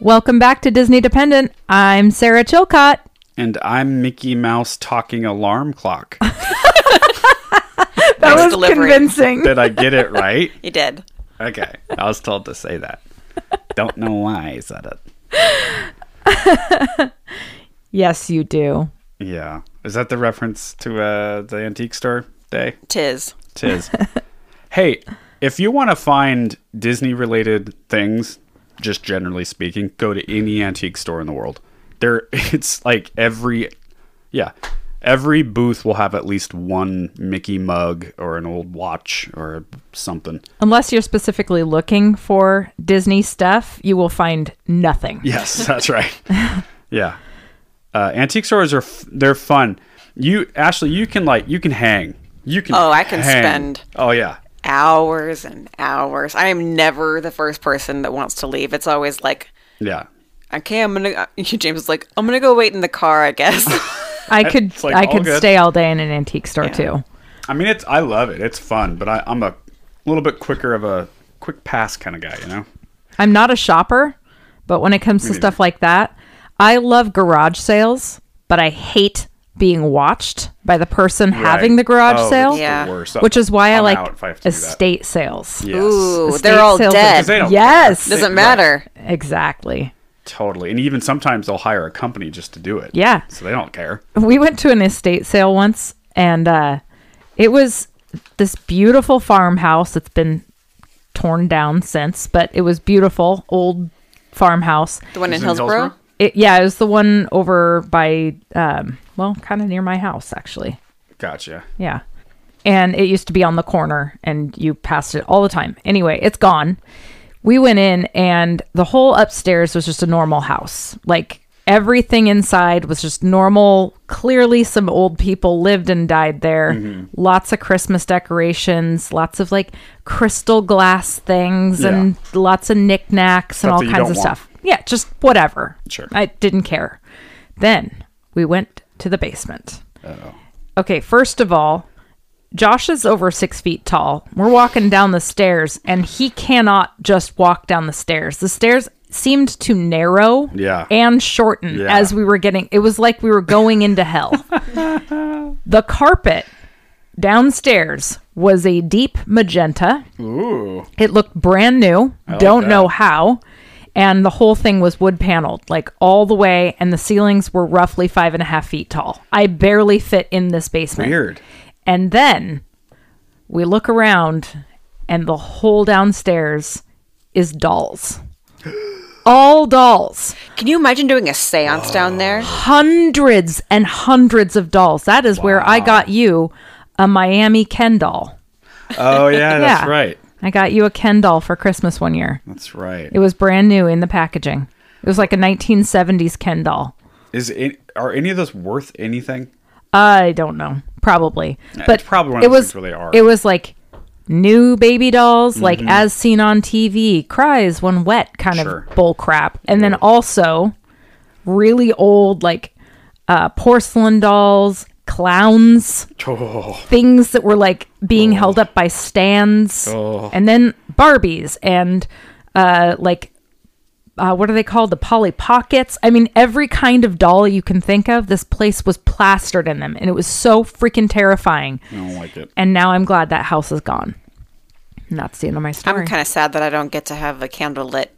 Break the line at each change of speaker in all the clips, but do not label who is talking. Welcome back to Disney Dependent. I'm Sarah Chilcott.
And I'm Mickey Mouse talking alarm clock.
That was
delivery.
convincing.
Did I get it right?
You did.
Okay. I was told to say that. Don't know why I said it.
Yes, you do.
Yeah. Is that the reference to uh, the antique store day?
Tis.
Tis. hey, if you want to find Disney related things, just generally speaking, go to any antique store in the world. There it's like every yeah. Every booth will have at least one Mickey mug or an old watch or something.
Unless you're specifically looking for Disney stuff, you will find nothing.
Yes, that's right. yeah, uh, antique stores are f- they're fun. You Ashley, you can like you can hang. You can.
Oh, I can
hang.
spend-
Oh yeah,
Hours and hours. I am never the first person that wants to leave. It's always like,
yeah.
okay, I'm gonna. uh, James is like, I'm gonna go wait in the car, I guess.
I could
like
I
all
could
good.
stay all day in an antique store too.
I mean, it's I love it. It's fun, but I, I'm a little bit quicker of a quick pass kind of guy. You know.
I'm not a shopper, but when it comes to stuff like that, I love garage sales, but I hate being watched by the person having
Right.
the garage
Oh,
sale,
it's the
Yeah.
worst.
which is why i
I'm out if I
like
have to do that.
estate sales.
Yes.
Ooh,
Estate
they're all
sales are-
dead.
'Cause they don't
Yes.
care.
Doesn't
Right.
matter.
Exactly.
Totally, and even sometimes they'll hire a company just to do it.
Yeah.
So they don't care.
we went to an estate sale once and uh it was this beautiful farmhouse that's been torn down since but it was beautiful old farmhouse
The one in
Is it in
Hillsborough.
Hillsborough?
it, yeah it was the one over by um well kind of near my house actually
Gotcha.
yeah. And it used to be on the corner and you passed it all the time. Anyway, it's gone. We went in and the whole upstairs was just a normal house. Like everything inside was just normal. Clearly, some old people lived and died there.
Mm-hmm.
Lots of Christmas decorations, lots of like crystal glass things,
Yeah.
and lots of knickknacks and
Stuff
all
that you
kinds
don't
of
want.
stuff. Yeah, just whatever.
Sure.
I didn't care. Then we went to the basement. Okay, first of all, Josh is over six feet tall. We're walking down the stairs, and he cannot just walk down the stairs. The stairs seemed to narrow
Yeah.
and shorten
Yeah.
as we were getting. It was like we were going into hell. the carpet downstairs was a deep magenta.
Ooh.
It looked brand new. Don't
that.
know how. And the whole thing was wood paneled, like all the way, and the ceilings were roughly five and a half feet tall. I barely fit in this basement.
Weird.
And then we look around, and the whole downstairs is dolls. All dolls.
Can you imagine doing a séance down there?
Hundreds and hundreds of dolls. That is where I got you a Miami Ken doll.
Oh yeah, that's right.
I got you a Ken doll for Christmas one year.
That's right.
It was brand new in the packaging. It was like a 1970s Ken doll.
Is it, are any of those worth anything?
I don't know. Probably. But
it's probably one of
it
those
was
things where they are.
it was like new baby dolls like as seen on TV, cries when wet kind
Mm-hmm. Sure.
of bull crap. And then also really old like uh porcelain dolls, clowns,
Oh,
things that were like being held up by stands and then Barbies and uh like uh, what are they called? The Polly Pockets. I mean, every kind of doll you can think of, this place was plastered in them. And it was so freaking terrifying.
I don't like it.
And now I'm glad that house is gone. And that's the end of my story.
I'm kind of sad that I don't get to have a candlelit,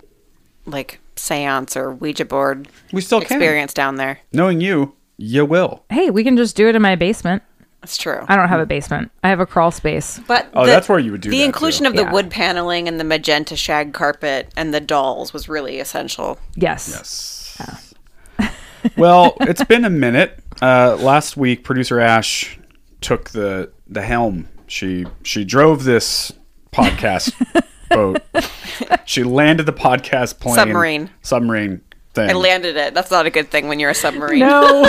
like séance or Ouija board
We still can.
experience down there.
Knowing you, you will.
hey, we can just do it in my basement.
That's true.
I don't have a basement. I have a crawl space.
But
Uh, Oh, that's where you would do
the
that,
inclusion
too.
of the
Yeah.
wood paneling and the magenta shag carpet and the dolls was really essential.
Yes. Oh.
well, it's been a minute. Uh, last week, producer Ash took the the helm. She she drove this podcast boat. She landed the podcast plane
Submarine.
submarine thing.
I landed it. That's not a good thing when you're a submarine.
No.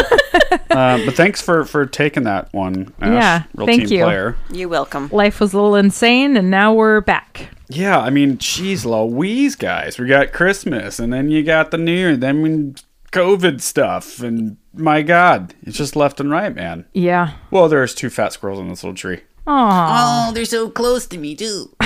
Um, but thanks for for taking that one. Ash.
Yeah,
real
thank
team
you.
player.
You welcome.
Life was a little insane, and now we're back.
Yeah, I mean, geez, Louise, guys, we got Christmas, and then you got the New Year, then we- COVID stuff, and my God, it's just left and right, man.
Yeah.
Well, there's two fat squirrels on this little tree.
Oh, they're so close to me too.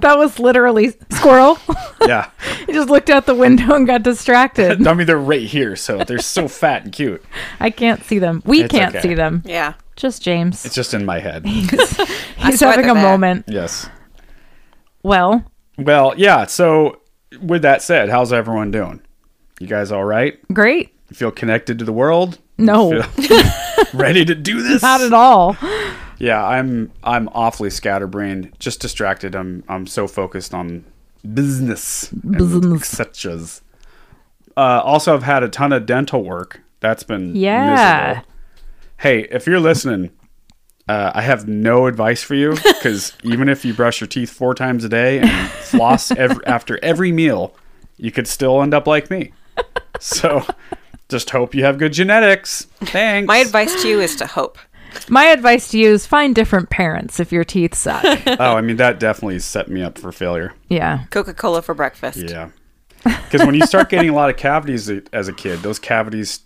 That was literally squirrel.
Yeah,
You just looked out the window and got distracted.
I mean, they're right here, so they're so fat and cute.
I can't see them. We
It's
can't
okay.
see them.
Yeah.
Just James.
It's just in my head.
He's
swear
having
they're
a
there.
moment.
Yes.
Well,
Well, yeah. So, with that said, how's everyone doing? You guys all right?
great.
You feel connected to the world?
No.
Feel ready to do this?
Not at all.
Yeah, I'm. I'm awfully scatterbrained, just distracted. I'm. I'm so focused on business,
Business.
such as. Uh, also, I've had a ton of dental work. That's been
Yeah.
miserable. Hey, if you're listening, uh, I have no advice for you because even if you brush your teeth four times a day and floss ev- after every meal, you could still end up like me. So, just hope you have good genetics. Thanks.
My advice to you is to hope.
My advice to you is find different parents if your teeth suck.
oh, I mean that definitely set me up for failure.
yeah.
Coca Cola for breakfast.
Yeah. Because when you start getting a lot of cavities a- as a kid, those cavities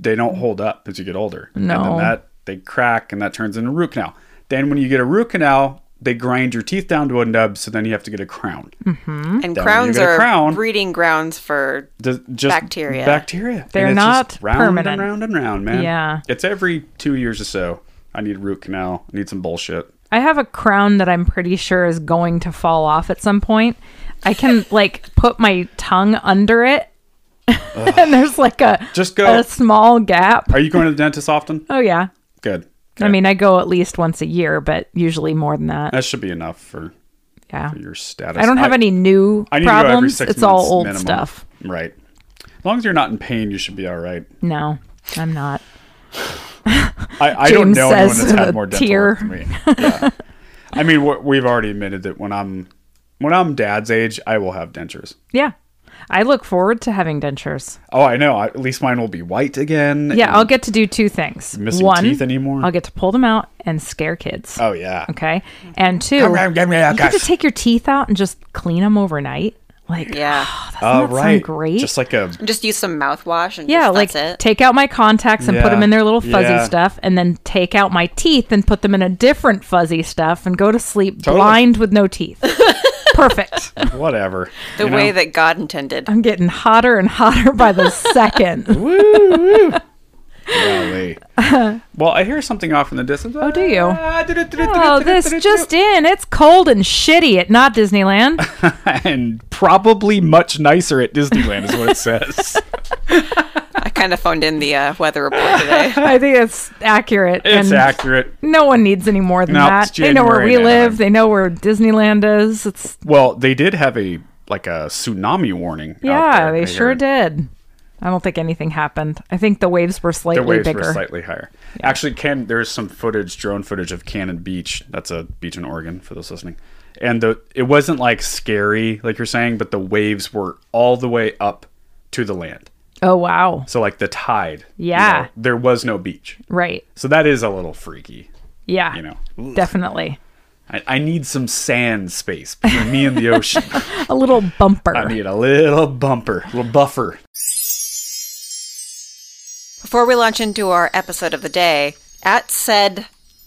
they don't hold up as you get older. And
No.
then that they crack and that turns into root canal. Then when you get a root canal, they grind your teeth down to a nub, so then you have to get a crown.
And
Then when you
crowns
get a
are
crown-
breeding grounds for.
Does- just
Bacteria.
Bacteria. And
They're
it's
not
just round
permanent.
and round and round, man.
Yeah.
It's every two years or so. I need a root canal. I need some bullshit.
I have a crown that I'm pretty sure is going to fall off at some point. I can like put my tongue under it, and there's like a
Just go.
a small gap.
Are you going to the dentist often?
Oh yeah.
Good.
I
Okay.
mean, I go at least once a year, but usually more than that.
that should be enough for
yeah.
your status.
I don't have any new
I need to go every
problems.
six
It's all
months
old
minimum.
stuff.
Right. As long as you're not in pain, you should be all right.
No, I'm not.
I, I don't
James
know anyone
says
that's
with a
had more dental work
tear.
than me. Yeah. I mean, we we've already admitted that when I'm when I'm dad's age, I will have dentures.
Yeah. I look forward to having dentures.
Oh, I know. I, at least mine will be white again.
Yeah,
and-
I'll get to do two things.
Missing
One,
teeth anymore?
I'll get to pull them out and scare kids.
oh yeah.
Okay. And two,
Come on, give me that
you get to
gush.
take your teeth out and just clean them overnight. Like,
Yeah.
doesn't
Oh
that
right.
sound great?
Just like a
Just use some mouthwash and
yeah,
just,
like
that's it.
take out my contacts and put
Yeah.
them in their little fuzzy
Yeah.
stuff, and then take out my teeth and put them in a different fuzzy stuff, and go to sleep
Totally.
blind with no teeth. Perfect.
whatever.
the
you know?
way that God intended.
I'm getting hotter and hotter by the second.
Golly. well, I hear something off in the distance. Oh,
do you? oh, this just in. It's cold and shitty at not Disneyland.
and probably much nicer at Disneyland is what it says.
I kind of phoned in the uh, weather report today.
I think it's accurate.
it's
and
accurate.
No one needs any more than
No,
that.
it's
They know where
January
we
now.
live. They know where Disneyland is. It's
Well, they did have a like a tsunami warning. out
yeah,
there, I
they sure
heard.
did. I don't think anything happened. I think the waves were slightly
The waves
bigger.
were slightly higher. Actually, Ken, there's some footage, drone footage of Cannon Beach. That's a beach in Oregon for those listening. And the it wasn't like scary, like you're saying, but the waves were all the way up to the land.
oh wow!
So like the tide. you
Yeah.
know, there was no beach.
Right?
So that is a little freaky.
Yeah.
You know.
Definitely
I, I need some sand space between me and the ocean.
a little bumper.
I need a little bumper, a little buffer.
Before we launch into our episode of the day, at said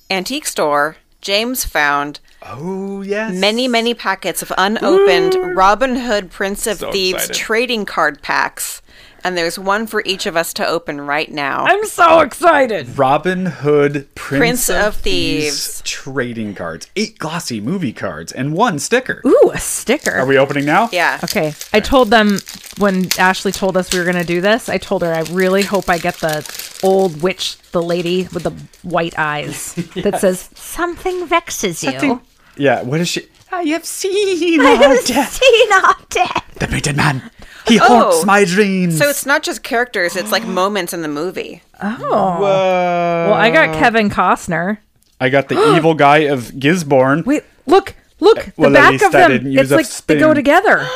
antique store, James found
Oh yes.
many, many packets of unopened Robin Hood Prince of
So
Thieves
excited.
trading card packs. And there's one for each of us to open right now.
I'm so excited.
Robin Hood Prince,
Prince
of,
of
Thieves.
Thieves.
trading cards, eight glossy movie cards, and one sticker.
Ooh, a sticker.
Are we opening now?
yeah.
Okay. I told them when Ashley told us we were going to do this, I told her I really hope I get the old witch, the lady with the white eyes that says, Something vexes you.
Yeah. What is she? I have seen
I've
our death.
seen our death.
The painted man. He haunts my dreams.
So it's not just characters, it's like moments in the movie.
Well, I
Uh.
got Kevin Costner.
I got the evil guy of Gisborne.
Wait, look, look, the
Uh, Well, at
back
least
of
I
them.
didn't
It's
use a
like they go
spoon.
together.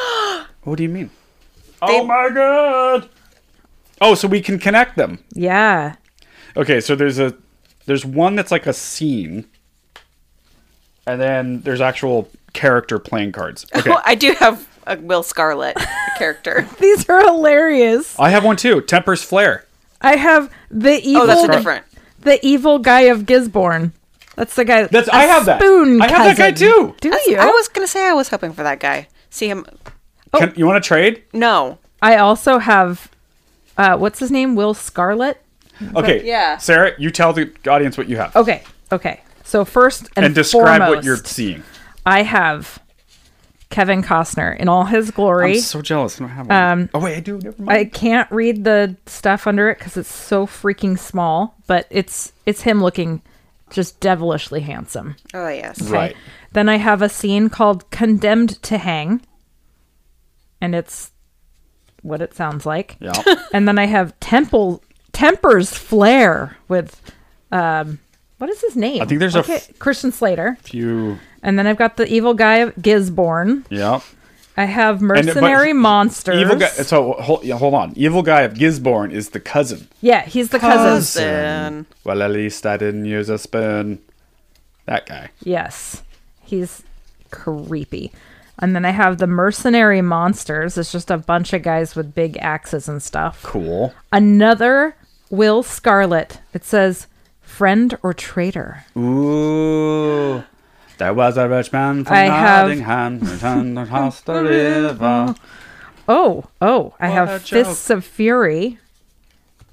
What do you mean? oh my god. Oh, so we can connect them.
yeah.
Okay, so there's a there's one that's like a scene, and then there's actual character playing cards. Okay.
Well, I do have a Will Scarlet character.
These are hilarious.
I have one too. Temper's flare.
I have the evil
Oh, that's different.
the evil guy of Gisborne. That's the guy.
That's-
I
I have that.
Spoon
I have that guy
cousin.
too.
Do
That's-
you?
I was going to say I was hoping for that guy. See him.
Can, you want to trade?
No.
I also have, uh, what's his name? Will Scarlet.
Okay.
Yeah.
Sarah, you tell the audience what you have
Okay. Okay. So first and,
and describe what
foremost,
you're seeing.
I have Kevin Costner in all his glory.
I'm so jealous. I don't have one. oh wait, I do. Never mind.
I can't read the stuff under it because it's so freaking small, but it's it's him looking just devilishly handsome.
Oh, yes.
right.
Then I have a scene called "Condemned to Hang," and it's what it sounds like.
Yeah.
And then I have "Temple Tempers Flare" with um, what is his name?
I think there's a f-
Christian Slater,
Few.
and then I've got the evil guy of Gisborne.
Yeah.
I have
And- but
mercenary
he-
monsters.
Evil guy. So hold, yeah, hold on. Evil guy of Gisborne is the cousin.
yeah, he's the cousin.
Cousin.
Well, at least I didn't use a spoon. That guy.
Yes. He's creepy. And then I have the mercenary monsters. It's just a bunch of guys with big axes and stuff.
Cool.
Another Will Scarlet. It says friend or traitor.
Ooh. There was a rich man from
I have-
Nottingham returned across the river.
Oh, oh, I
a
have
joke.
Fists of Fury.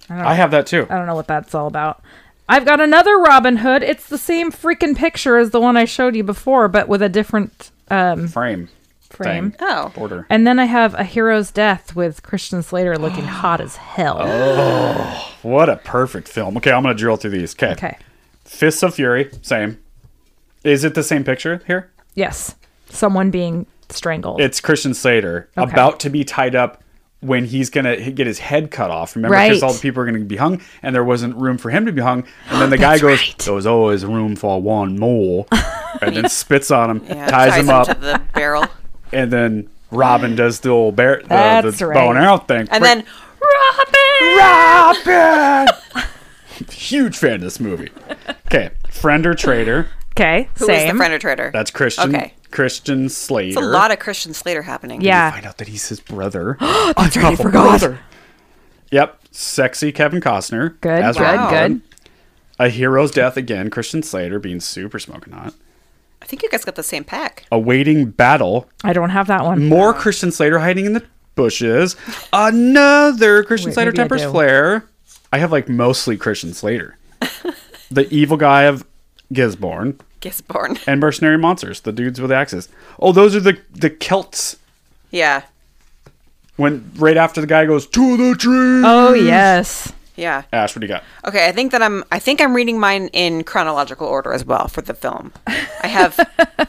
I have that too.
I don't know what that's all about. I've got another Robin Hood. It's the same freaking picture as the one I showed you before, but with a different um,
Frame.
frame.
Thing.
Oh.
Border.
And then I have A Hero's Death with Christian Slater looking hot as hell.
Uh. What a perfect film. Okay, I'm gonna drill through these. Okay.
Okay.
Fists of Fury. Same. Is it the same picture here?
Yes. Someone being strangled.
It's Christian Slater
Okay.
about to be tied up when he's gonna h- get his head cut off. Remember,
Right.
because all the people are gonna be hung, and there wasn't room for him to be hung. And then the guy goes, "There was always room for one more," and then spits on him,
Yeah,
ties him up,
to the barrel.
and then Robin does the old bear, the,
That's
the
right.
bow and arrow thing,
And then, Robin!
Robin. Huge fan of this movie. Okay, friend or traitor?
okay.
Who is
same.
the friend or traitor?
That's Christian.
Okay.
Christian Slater.
It's a lot of Christian Slater happening.
yeah.
Find out that he's his brother.
right,
That's
I forgot.
Yep, sexy Kevin Costner.
Good,
as
good,
Robin
good.
Hood. A hero's death again. Christian Slater being super smoking hot.
I think you guys got the same pack.
Awaiting battle.
I don't have that one.
More Christian Slater hiding in the bushes. Another Christian
Wait,
Slater
maybe I
tempers
do.
flare. I have like mostly Christian Slater. the evil guy of Gisborne
Gisborne.
and mercenary monsters. The dudes with axes. Oh, those are the the Celts.
Yeah.
When right after the guy goes to the tree.
Oh, yes.
Yeah.
Ash, what do you got?
Okay, I think that I'm I think I'm reading mine in chronological order as well for the film. I have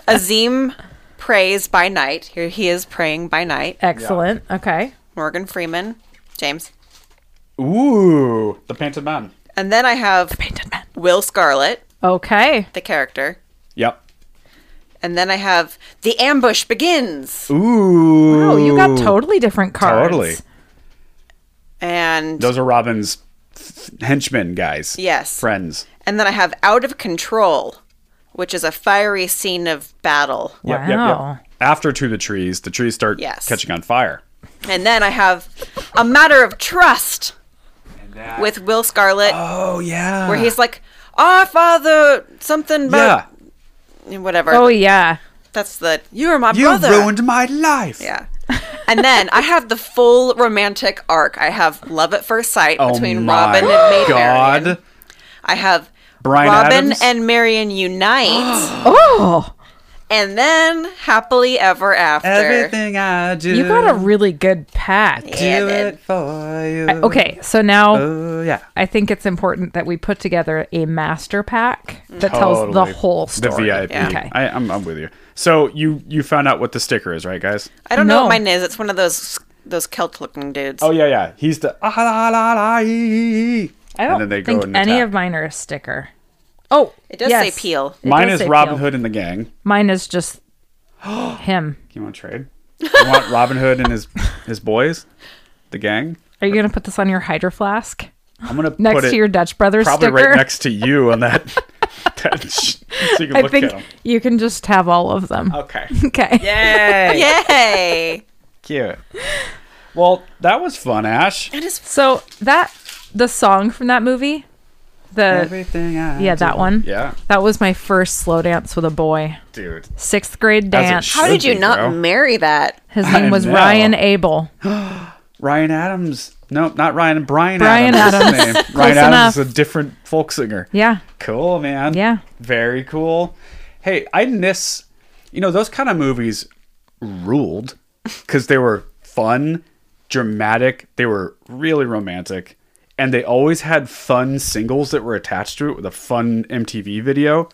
Azim prays by night. Here he is praying by night.
Excellent. Okay.
Morgan Freeman, James.
Ooh, the painted man.
And then I have Will Scarlet,
Okay.
the character.
Yep.
And then I have The Ambush Begins.
Ooh.
Oh, you got totally different cards.
Totally.
And
Those are Robin's f- henchmen guys.
Yes.
Friends.
and then I have Out of Control, which is a fiery scene of battle.
Wow.
After to the trees, the trees start
Yes.
catching on fire.
And then I have A Matter of Trust with Will Scarlet.
Oh yeah.
where he's like, "Ah, father, something
yeah.
about whatever."
Oh, yeah.
that's the you are my brother.
my life.
yeah. And then I have the full romantic arc. I have love at first sight
Oh
between
my
Robin and Maid
God.
Marian. I have
Bryan
Robin
Adams?
and Marion unite,
Oh,
and then happily ever after.
I do.
you got a really good pack.
Yeah, dude.
for you.
Okay. So now
Oh yeah.
I think it's important that we put together a master pack that tells the
Totally.
whole
The
story.
VIP.
Yeah.
Okay.
I, I'm, I'm with you. So you you found out what the sticker is, right, guys?
I don't know
No.
what mine is. It's one of those those Celt-looking dudes.
Oh yeah, yeah. He's the ah la la la. ee, ee, ee."
I don't
and then they
think
go and
any
attack.
of mine are a sticker. Oh,
It does
yes.
say Peel.
It
Mine
does
is
say
Robin
Peel.
Hood and the gang.
Mine is just him.
You want to trade? You want Robin Hood and his his boys, the gang?
Are you gonna put this on your hydro flask
I'm gonna
next
put it
to your Dutch Brothers
probably
sticker?
right next to you on that. that sh- so you can
I
look
think
at them.
you can just have all of them.
Okay.
Okay.
Yay!
Yay!
Cute. Well, that was fun, Ash.
Uh,
It is
So that the song from that movie, The
Everything I
yeah, that one.
Yeah.
That was my first slow dance with a boy.
dude.
Sixth grade
As it
dance.
should.
How did you
be,
not
bro.
marry that?
His
I
name was
know.
Ryan Abel.
Ryan Adams. No, not Ryan. Brian.
Brian
Adams. is his name. Ryan Adams
enough.
is a different folk singer.
Yeah.
Cool, man.
Yeah.
Very cool. Hey, I miss, you know, those kind of movies ruled because they were fun, dramatic, they were really romantic, and they always had fun singles that were attached to it with a fun MTV video.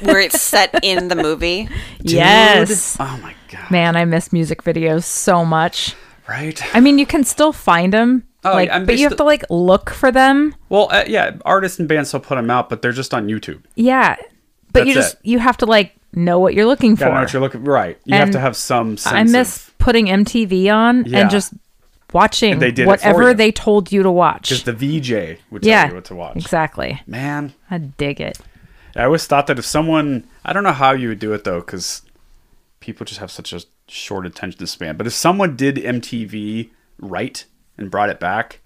Where it's set in the movie?
Yes.
Oh my God.
Man, I miss music videos so much.
Right?
I mean, you can still find them,
Oh,
like,
yeah, and
but
they
you have to
still-
like look for them.
Well, uh, yeah, artists and bands still put them out, but they're just on YouTube.
Yeah, but you
That's
just
it.
you have to like know what you're looking
Gotta know
for.
what you're looking Right. You have
And
to have some sense.
I miss
of-
putting MTV on
Yeah.
and just watching
And they did it for
whatever
you.
they told you to watch.
'cause the VJ would tell
yeah,
you what to watch.
exactly.
Man,
I dig it.
I always thought that if someone, I don't know how you would do it though, because people just have such a short attention span. But if someone did MTV right and brought it back,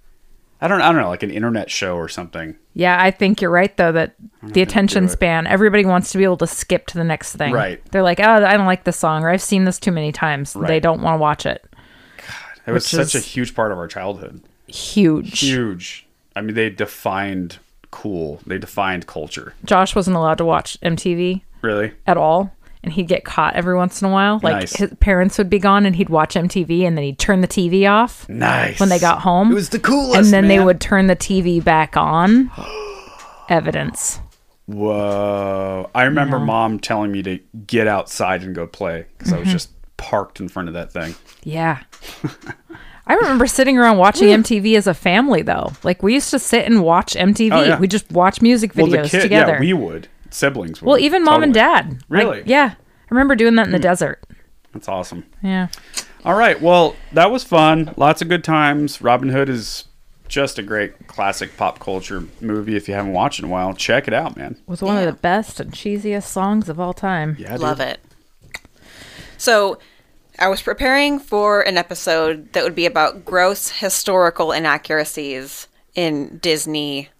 I don't, I don't know, like an internet show or something.
Yeah, I think you're right though that the
do
attention
it.
span. Everybody wants to be able to skip to the next thing.
Right.
They're like, oh, I don't like this song, or I've seen this too many times. They
Right.
don't want to watch it.
It was
Which
such a
is-
huge part of our childhood.
Huge.
Huge. I mean, they defined cool. They defined culture.
Josh wasn't allowed to watch MTV.
Really?
at all and he'd get caught every once in a while like
Nice.
his parents would be gone and he'd watch mtv and then he'd turn the tv off
Nice.
when they got home
it was the coolest.
and then they
man.
would turn the tv back on evidence
Whoa! I remember mom telling me to get outside and go play because I was
Mm-hmm.
just parked in front of that thing.
yeah i remember sitting around watching mtv as a family though like we used to sit and watch mtv
Oh, yeah.
we just watch music videos together
Yeah, we would. Siblings would.
well even mom and
Totally.
dad Like,
Really? Hmm.
yeah i remember doing that in the desert
That's awesome.
yeah
All right. Well, that was fun. Lots of good times. Robin Hood is just a great classic pop culture movie. If you haven't watched it in a while, check it out, man.
was one of the best and cheesiest songs of all time
Yeah, dude.
Love it. So, I was preparing for an episode that would be about gross historical inaccuracies in Disney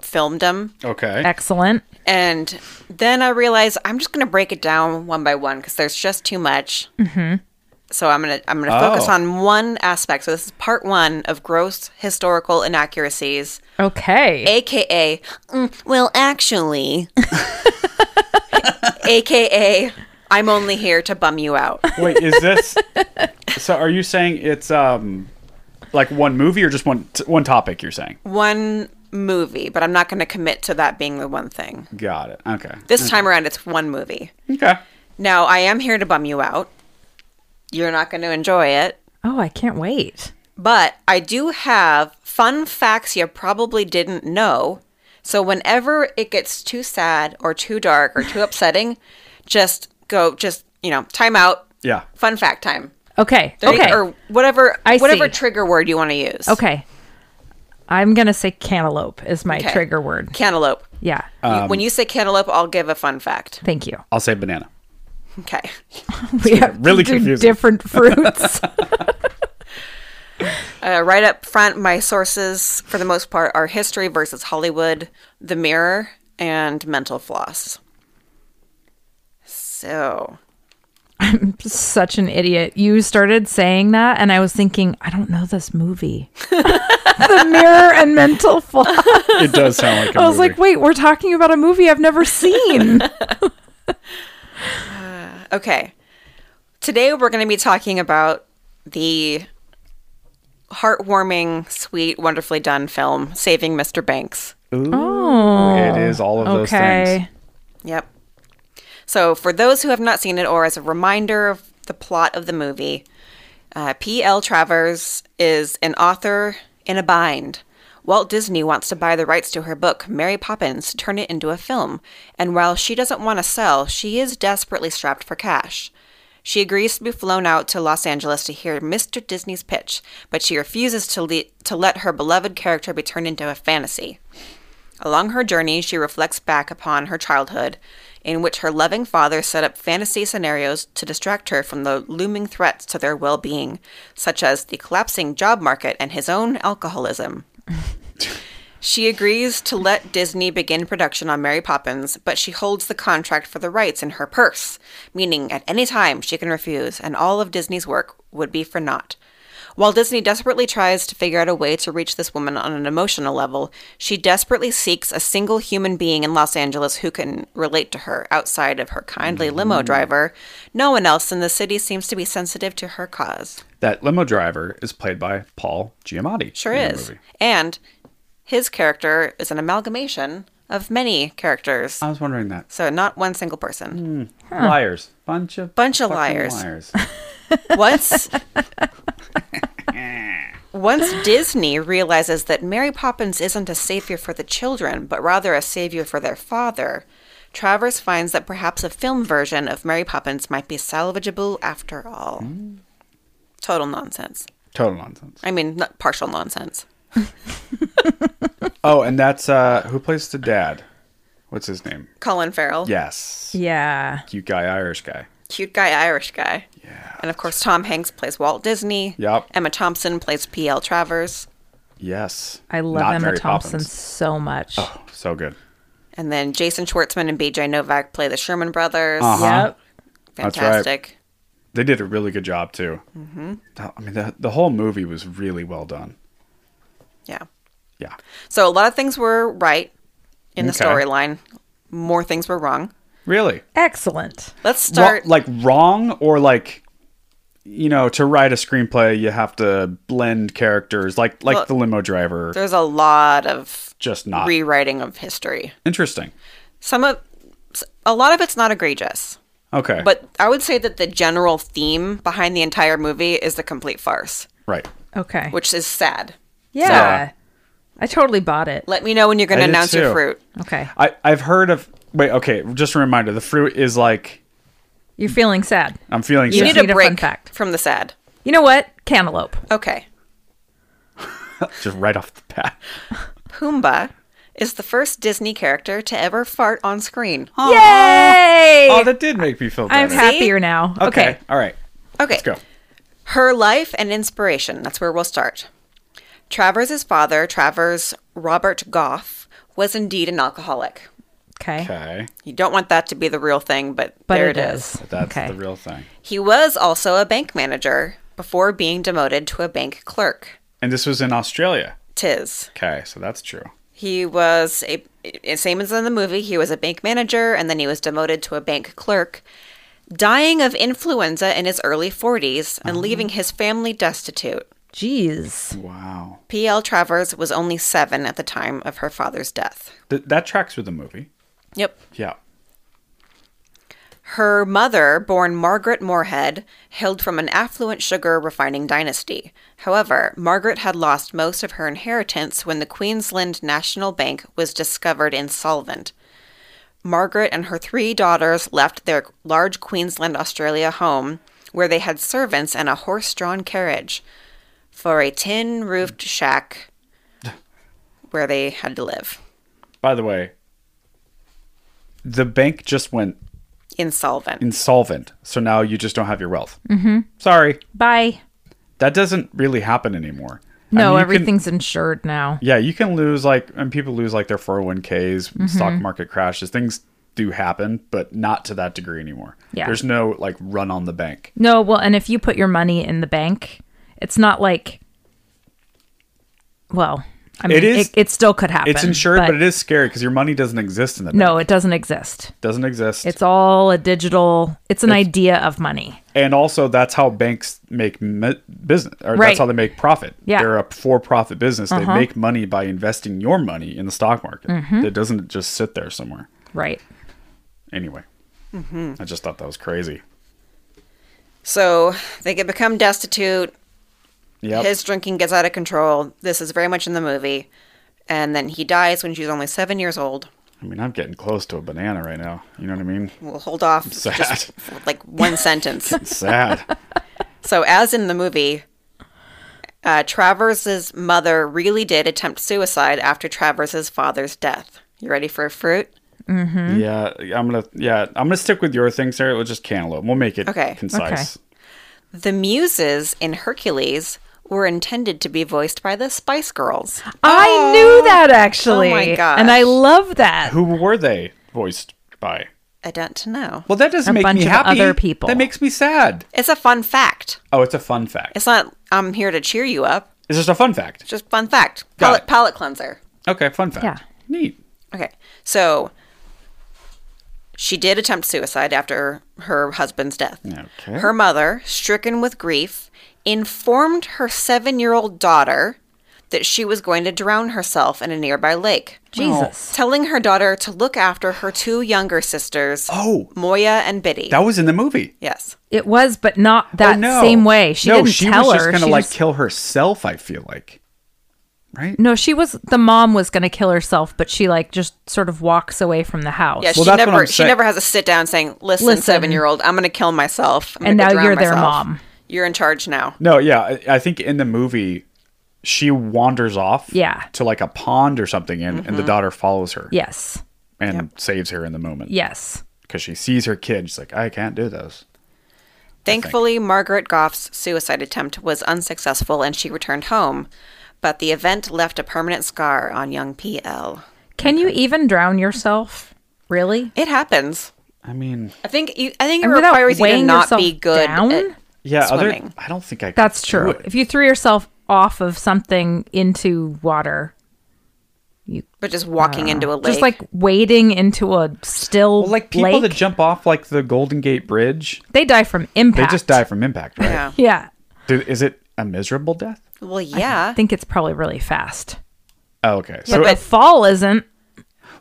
filmdom.
Okay.
excellent
And then I realized I'm just going to break it down one by one because there's just too much. Mm-hmm. So I'm gonna I'm gonna focus
Oh.
on one aspect. So this is part one of gross historical inaccuracies,
okay
aka, mm, well, actually, aka, I'm only here to bum you out.
Wait, is this? so, are you saying it's um, like one movie or just one t- one topic? You're saying.
One movie, but I'm not going to commit to that being the one thing.
Got it. Okay.
This time around, it's one movie.
Okay.
Now I am here to bum you out. You're not going to enjoy it.
Oh, I can't wait.
But I do have fun facts you probably didn't know. So whenever it gets too sad or too dark or too upsetting, just go, just, you know, time out.
Yeah.
Fun fact time.
Okay.
Thirty-
okay.
Or whatever,
I
whatever
see.
trigger word you want to use.
okay. I'm going to say cantaloupe is my
Okay.
trigger word.
Cantaloupe.
Yeah.
Uh,
You- when you say cantaloupe, I'll give a fun fact.
Thank you.
I'll say banana.
Okay.
We have
really
do
confusing.
different fruits.
Uh, right up front, my sources for the most part are History versus Hollywood, The Mirror, and Mental Floss. So,
Such an idiot. You started saying that, and I was thinking, I don't know this movie. the mirror and mental flaw. I
It does sound like. I
was like, wait, we're talking about a movie I've never seen.
Okay. Today we're going to be talking about the heartwarming, sweet, wonderfully done film, Saving Mr. Banks.
oh,
It is all of those things.
okay.
Yep. So, for those who have not seen it, or as a reminder of the plot of the movie, uh, P.L. Travers is an author in a bind. Walt Disney wants to buy the rights to her book, Mary Poppins, to turn it into a film. And while she doesn't want to sell, she is desperately strapped for cash. She agrees to be flown out to Los Angeles to hear Mr. Disney's pitch, but she refuses to, le- to let her beloved character be turned into a fantasy. Along her journey, she reflects back upon her childhood, in which her loving father set up fantasy scenarios to distract her from the looming threats to their well being, such as the collapsing job market and his own alcoholism. She agrees to let Disney begin production on Mary Poppins, but she holds the contract for the rights in her purse, meaning at any time she can refuse, and all of Disney's work would be for naught. While Disney desperately tries to figure out a way to reach this woman on an emotional level, she desperately seeks a single human being in Los Angeles who can relate to her outside of her kindly limo driver. No one else in the city seems to be sensitive to her cause.
That limo driver is played by Paul Giamatti.
Sure
in the
is.
movie.
And his character is an amalgamation of many characters.
I was wondering that.
so not one single person.
Liars. Bunch of
Bunch of
fucking
liars.
liars.
Once Once Disney realizes that Mary Poppins isn't a savior for the children, but rather a savior for their father, Travers finds that perhaps a film version of Mary Poppins might be salvageable after all.
Hmm.
Total nonsense.
Total nonsense.
I mean, not partial nonsense.
Oh, and that's uh who plays the dad? What's his name?
Colin Farrell,
Yes.
Yeah.
Cute guy, Irish guy.
cute guy, Irish guy. Yeah. And of course, Tom Hanks plays Walt Disney.
Yep.
Emma Thompson plays P.L. Travers.
Yes.
I love
Not
Emma
Mary
Thompson
Poppins. Uh-huh.
so much.
So good.
And then Jason Schwartzman and B.J. Novak play the Sherman Brothers.
Yep.
Uh-huh. That's right.
Fantastic.
They did a really good job too. Mm-hmm. I mean, the the whole movie was really well done.
Yeah.
Yeah.
So a lot of things were right in the
Okay.
storyline. More things were wrong.
Really.
Excellent.
Let's start.
Wro- like wrong or like you know to write a screenplay you have to blend characters like like
Well,
the limo driver
There's a lot of
just not
rewriting of history.
interesting
Some of s- a lot of it's not egregious,
okay
but I would say that the general theme behind the entire movie is the complete farce,
right
Okay.
which is sad.
yeah.
Yeah.
I totally bought it.
Let me know when you're going
I
to
did
announce your
too.
fruit.
Okay.
I, i've heard of wait okay just a reminder the fruit is like
You're feeling sad.
i'm feeling
You
sad.
just
need,
need
a
a
break
fun fact.
from the sad.
You know what? Cantaloupe.
Okay.
just right off the bat
Pumbaa is the first Disney character to ever fart on screen.
Yay!
oh that did make me feel better
I'm happier now.
okay.
Okay.
all right
Okay.
let's go
Her life and inspiration. That's where we'll start. Travers's father, Travers Robert Goff, was indeed an alcoholic.
Okay.
okay
You don't want that to be the real thing, but,
But
there
it is.
that's
okay.
the real thing
He was also a bank manager before being demoted to a bank clerk.
and this was in australia
Tis.
okay so that's true
He was a i- same as in the movie, he was a bank manager and then he was demoted to a bank clerk, dying of influenza in his early 40s and leaving his family destitute.
Jeez.
wow
P.L. Travers was only 7 at the time of her father's death.
Th- that tracks with the movie
Yep.
yeah
Her mother, born Margaret Moorhead, hailed from an affluent sugar refining dynasty. However, Margaret had lost most of her inheritance when the Queensland National Bank was discovered insolvent. Margaret and her three daughters left their large Queensland, Australia home, where they had servants and a horse drawn carriage, for a tin roofed shack where they had to live.
By the way, the bank just went
Insolvent.
insolvent, so now you just don't have your wealth. Mm-hmm. Sorry,
Bye.
that doesn't really happen anymore. I
No,
mean, you Can,
everything's insured now.
yeah, you can lose like, and people lose like their four hundred one ks,
Mm-hmm.
stock market crashes, things do happen, but not to that degree anymore.
Yeah.
there's no like run on the bank.
No, well, and if you put your money in the bank, it's not like. Well, I mean,
It
it,
is-
it, still could happen.
It's insured, but, it is scary because your money doesn't exist in the bank.
No, it doesn't exist.
doesn't exist.
It's all a digital. It's an idea of money.
and also that's how banks make me- business or
Right.
that's how they make profit
Yeah. Uh-huh.
they're a for-profit business they make money by investing your money in the stock market
Mm-hmm.
it doesn't just sit there somewhere
Right.
anyway
Mm-hmm.
i just thought that was crazy
So they could become destitute.
yeah
His drinking gets out of control. This is very much in the movie. And then he dies when she's only seven years old.
i mean i'm getting close to a banana right now you know what i mean
We'll hold off
sad
just for, like one sentence.
sad
So, as in the movie, uh, Travers's mother really did attempt suicide after Travers's father's death. You ready for a fruit?
Hmm?
yeah i'm gonna yeah i'm gonna stick with your thing sarah we'll just cantaloupe we'll make it
Okay.
concise
Okay.
The Muses in Hercules were intended to be voiced by the Spice Girls.
Oh.
I knew that actually.
Oh my gosh.
And I love that.
Who were they voiced by?
I don't know.
Well, that doesn't
A
make
bunch
me
of
happy.
other people.
That makes me sad.
It's a fun fact.
Oh, it's a fun fact.
It's not I'm here to cheer you up.
It's just a fun fact.
Just fun fact.
Got
Palette
it.
palette cleanser.
Okay, fun fact.
Yeah.
Neat.
Okay. So she did attempt suicide after her husband's death.
Okay.
Her mother, stricken with grief, informed her 7-year-old daughter that she was going to drown herself in a nearby lake.
Jesus.
Telling her daughter to look after her two younger sisters,
Oh.
Moya and Biddy.
That was in the movie.
yes.
It was, but not that
oh, no.
same way. She
no,
didn't
she
tell
was
her.
just gonna
She
like
just-
kill herself. I feel like, right?
no, she was the mom was gonna kill herself, but she like just sort of walks away from the house.
Yeah,
Well,
she
that's what
never
I'm
she
saying.
never has a sit down saying, "Listen,
Listen.
seven year old, I'm going to kill myself." I'm
And
gonna
now
drown
you're their
myself.
mom.
You're in charge now.
No, yeah. I, I think in the movie, she wanders off.
Yeah. Mm-hmm.
To like a pond or something, and, and the daughter follows her.
Yes.
And saves her in the moment.
Yes.
Because she sees her kid. She's like, I can't do this.
Thankfully, Margaret Goff's suicide attempt was unsuccessful, and she returned home. But the event left a permanent scar on young PL.
Can you even drown yourself? Really?
It happens.
I mean,
I think you, I think it
And without
requires you to
weighing
not be
yourself
good.
down?
at-
yeah. Other,
Swimming.
I don't think I. Could
That's
do
true.
it.
If you threw yourself off of something into water,
but just walking into a lake.
just like wading into a still
Well, like people
lake,
that jump off like the Golden Gate Bridge,
they die from
they
impact.
just die from impact, right?
yeah.
Yeah.
Dude, is it a miserable death?
Well,
I
yeah.
think it's probably really fast.
Oh, okay.
Yeah,
So
But
But-
fall isn't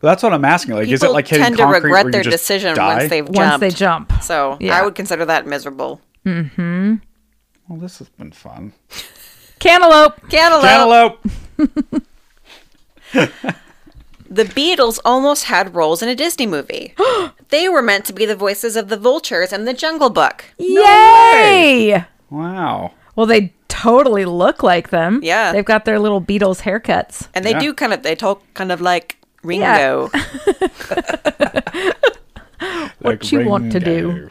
that's what I'm asking. Like, is it
People
like hitting
tend to
concrete where
regret
you
their
just
decision
die?
once they've
once
jumped.
they jump.
So
Yeah.
I would consider that miserable.
Well, this has been fun.
Cantaloupe.
Cantaloupe.
Cantaloupe.
The Beatles almost had roles in a Disney movie. they were meant to be the voices of the vultures in the Jungle Book.
Yay!
Wow.
Well, they totally look like them.
Yeah.
They've got their little Beatles haircuts.
And they
Yeah.
do kind of they talk kind of like
Yeah.
Ringo.
What
you want to do.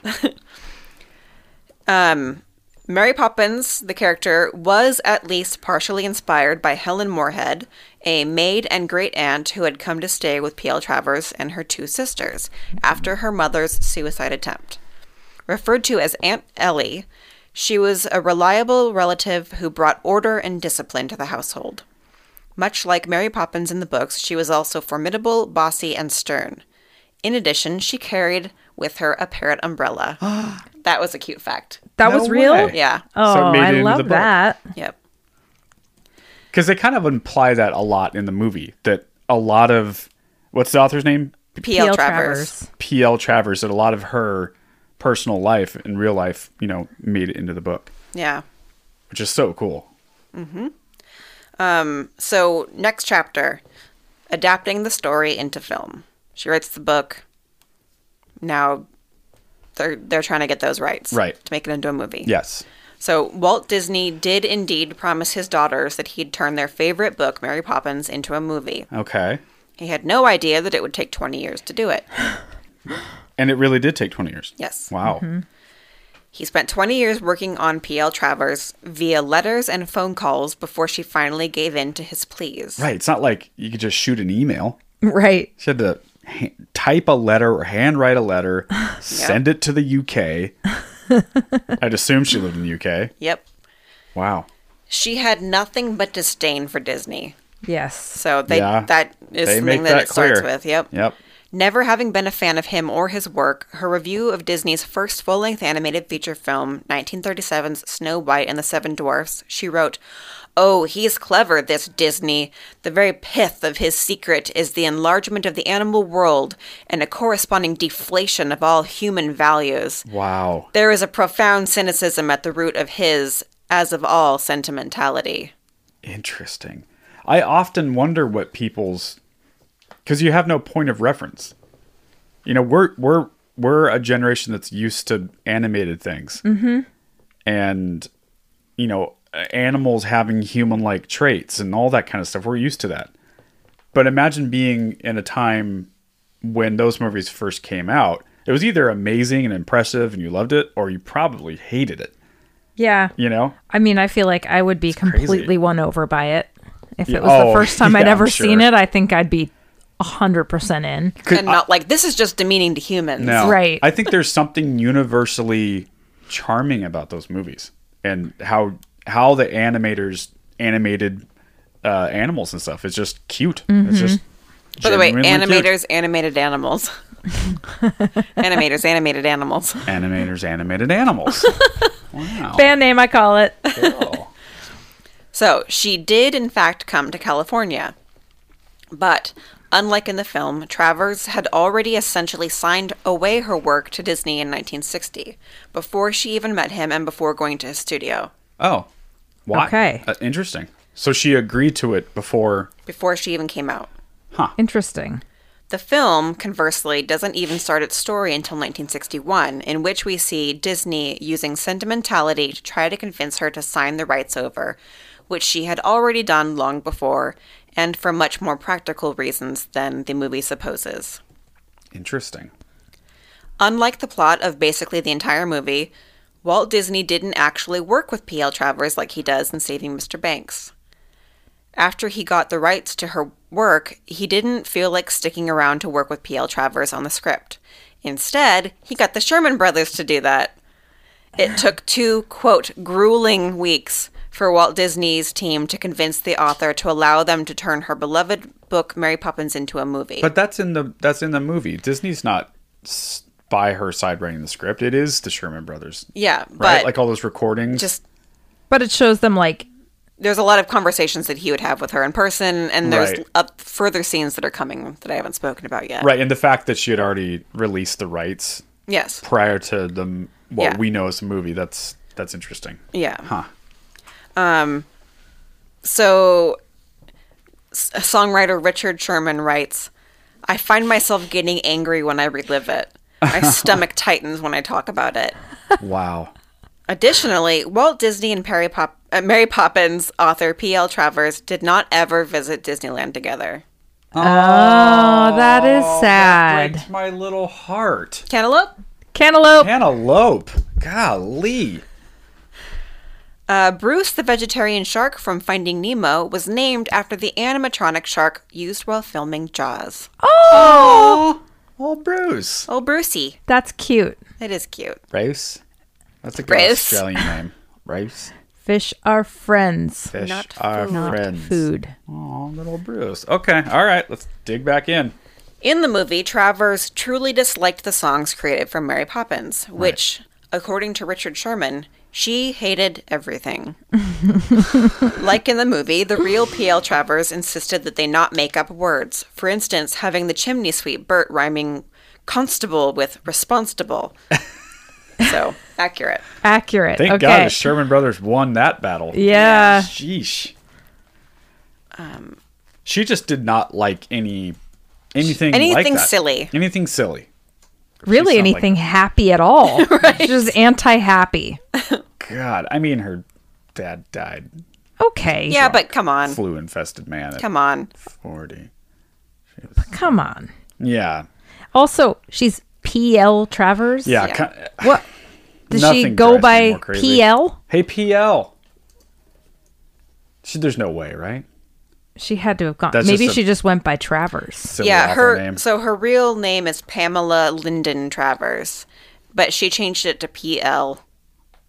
Um, Mary Poppins, the character, was at least partially inspired by Helen Moorhead, a maid and great aunt who had come to stay with P.L. Travers and her two sisters after her mother's suicide attempt. Referred to as Aunt Ellie, she was a reliable relative who brought order and discipline to the household. Much like Mary Poppins in the books, she was also formidable, bossy, and stern. In addition, she carried with her a parrot umbrella. that was a cute fact.
That
No
was real?
way.
Yeah.
Oh,
So it made it
I
into the
love
book.
that.
Yep.
Because they kind of imply that a lot in the movie. That a lot of what's the author's name?
P.L.
P.L.
Travers.
P.L. Travers. That a lot of her personal life and real life, you know, made it into the book,
Yeah.
which is so cool.
So, next chapter adapting the story into film. She writes the book. Now they're they're trying to get those rights
Right.
to make it into a movie.
Yes.
So Walt Disney did indeed promise his daughters that he'd turn their favorite book, Mary Poppins, into a movie.
Okay.
He had no idea that it would take 20 years to do it.
And it really did take 20 years.
Yes. Mm-hmm.
Wow.
He spent 20 years working on P.L. Travers via letters and phone calls before she finally gave in to his pleas.
Right. It's not like you could just shoot an email.
Right.
She had to ha- type a letter or handwrite a letter, send it to the UK. I'd assume she lived in the UK.
Yep.
Wow.
She had nothing but disdain for Disney.
Yes.
So they
Yeah.
that is
They make
something that,
that
it starts
clear.
with. Yep.
Yep.
Never having been a fan of him or his work, her review of Disney's first full length animated feature film, 1937's Snow White and the Seven Dwarfs, she wrote, Oh, he's clever, this Disney. The very pith of his secret is the enlargement of the animal world and a corresponding deflation of all human values.
Wow.
There is a profound cynicism at the root of his, as of all, sentimentality.
Interesting. I often wonder what people's because you have no point of reference. You know, we're we're we're a generation that's used to animated things, mm-hmm. and you know, animals having human-like traits and all that kind of stuff. We're used to that. But imagine being in a time when those movies first came out. It was either amazing and impressive, and you loved it, or you probably hated it.
Yeah.
You know,
I mean, I feel like I would be
crazy.
completely won over by it. If
Yeah.
it was
Oh,
the first time I'd
yeah, I'm
ever seen
sure.
it, I think I'd be 100% in.
and not like this is just demeaning to humans.
no,
Right.
I think there's something universally charming about those movies and how how the animators animated uh, animals and stuff. It's just cute.
Mm-hmm.
It's just.
By the way,
genuinely cute.
animators, animated animals. animators, animated animals.
animators, animated animals. wow.
Band name, I call it.
Cool.
So she did, in fact, come to California. But unlike in the film, Travers had already essentially signed away her work to Disney in 1960, before she even met him and before going to his studio,
Oh, why?
Okay.
Uh, interesting. So she agreed to it before.
before she even came out.
Interesting.
The film, conversely, doesn't even start its story until 1961, in which we see Disney using sentimentality to try to convince her to sign the rights over, which she had already done long before, and for much more practical reasons than the movie supposes.
Interesting.
Unlike the plot of basically the entire movie, Walt Disney didn't actually work with P.L. Travers like he does in Saving Mr. Banks. After he got the rights to her work, he didn't feel like sticking around to work with P.L. Travers on the script. Instead, he got the Sherman brothers to do that. It took two, quote, grueling weeks for Walt Disney's team to convince the author to allow them to turn her beloved book Mary Poppins into a movie.
But that's in the that's in the movie. Disney's not s- by her side writing the script. It is the Sherman Brothers.
yeah, but
Right, like all those recordings.
just
But it shows them like
there's a lot of conversations that he would have with her in person, and there's
Right.
up further scenes that are coming that I haven't spoken about yet.
right, and the fact that she had already released the rights
Yes.
prior to the m- what
Yeah.
we know as the movie. That's that's interesting.
Yeah.
Huh.
So, s- songwriter Richard Sherman writes, "I find myself getting angry when I relive it. My stomach tightens when I talk about it."
Wow.
Additionally, Walt Disney and Perry Pop- uh, Mary Poppins author P.L. Travers did not ever visit Disneyland together.
Oh, that is sad.
Breaks my little heart.
Cantaloupe.
Cantaloupe.
Cantaloupe. Golly.
Uh, Bruce the vegetarian shark from Finding Nemo was named after the animatronic shark used while filming Jaws.
Oh, oh, Bruce.
Oh, Brucey.
That's cute.
It is cute.
Bruce. That's a good
Bruce.
Australian name. Bruce.
Fish are friends,
Fish
Not
are
food.
not
friends.
food.
Oh, little Bruce. Okay. All right. Let's dig back in.
In the movie, Travers truly disliked the songs created from Mary Poppins, which, according to Richard Sherman, she hated everything. like in the movie, the real P.L. Travers insisted that they not make up words. For instance, having the chimney sweep Bert rhyming constable with responsible. so, accurate.
Accurate.
Thank
okay.
God the Sherman brothers won that battle.
Yeah.
Sheesh. Um, she just did not like any anything like
Anything
that.
silly.
Anything silly.
really
sound like-
anything happy at all. She's just anti happy.
God. I mean, her dad died.
Okay.
Yeah, but come on.
Flu infested man at
Come on.
forty.
Come on.
Yeah.
Also, she's PL Travers.
Yeah.
Yeah.
ki-
What does she
Nothing
go
drives me
by
more crazy.
PL?
Hey, PL. She, there's no way, right?
She had to have gone.
That's
Maybe
just a-
she just went by Travers.
Silly
yeah,
author
her
name.
so her real name is Pamela Lyndon Travers, but she changed it to PL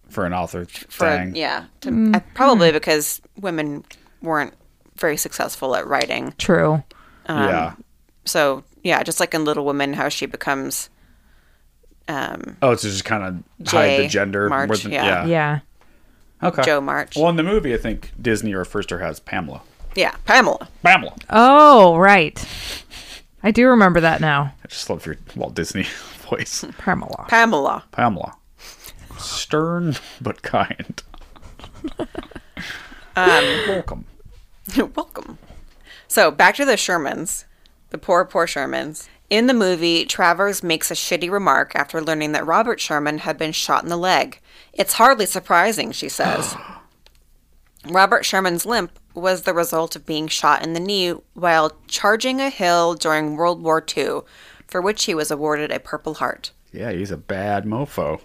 for an author.
for
Dang.
yeah, to, uh, probably because women weren't very successful at writing.
True.
um,
yeah.
So yeah, just like in Little Women, how she becomes um,
Oh, to just kind of hide
J.
the gender.
March,
more than-
yeah.
Yeah.
Okay.
Joe March.
Well, in the movie, I think Disney refers to her as Pamela.
yeah, Pamela.
Pamela.
Oh, right. I do remember that now.
I just love your Walt Disney voice.
Pamela.
Pamela.
Pamela. Stern but kind. Welcome.
You're welcome. So back to the Shermans, the poor, poor Shermans. In the movie, Travers makes a shitty remark after learning that Robert Sherman had been shot in the leg. It's hardly surprising, she says. Robert Sherman's limp was the result of being shot in the knee while charging a hill during World War II, for which he was awarded a Purple Heart.
Yeah, he's a bad mofo.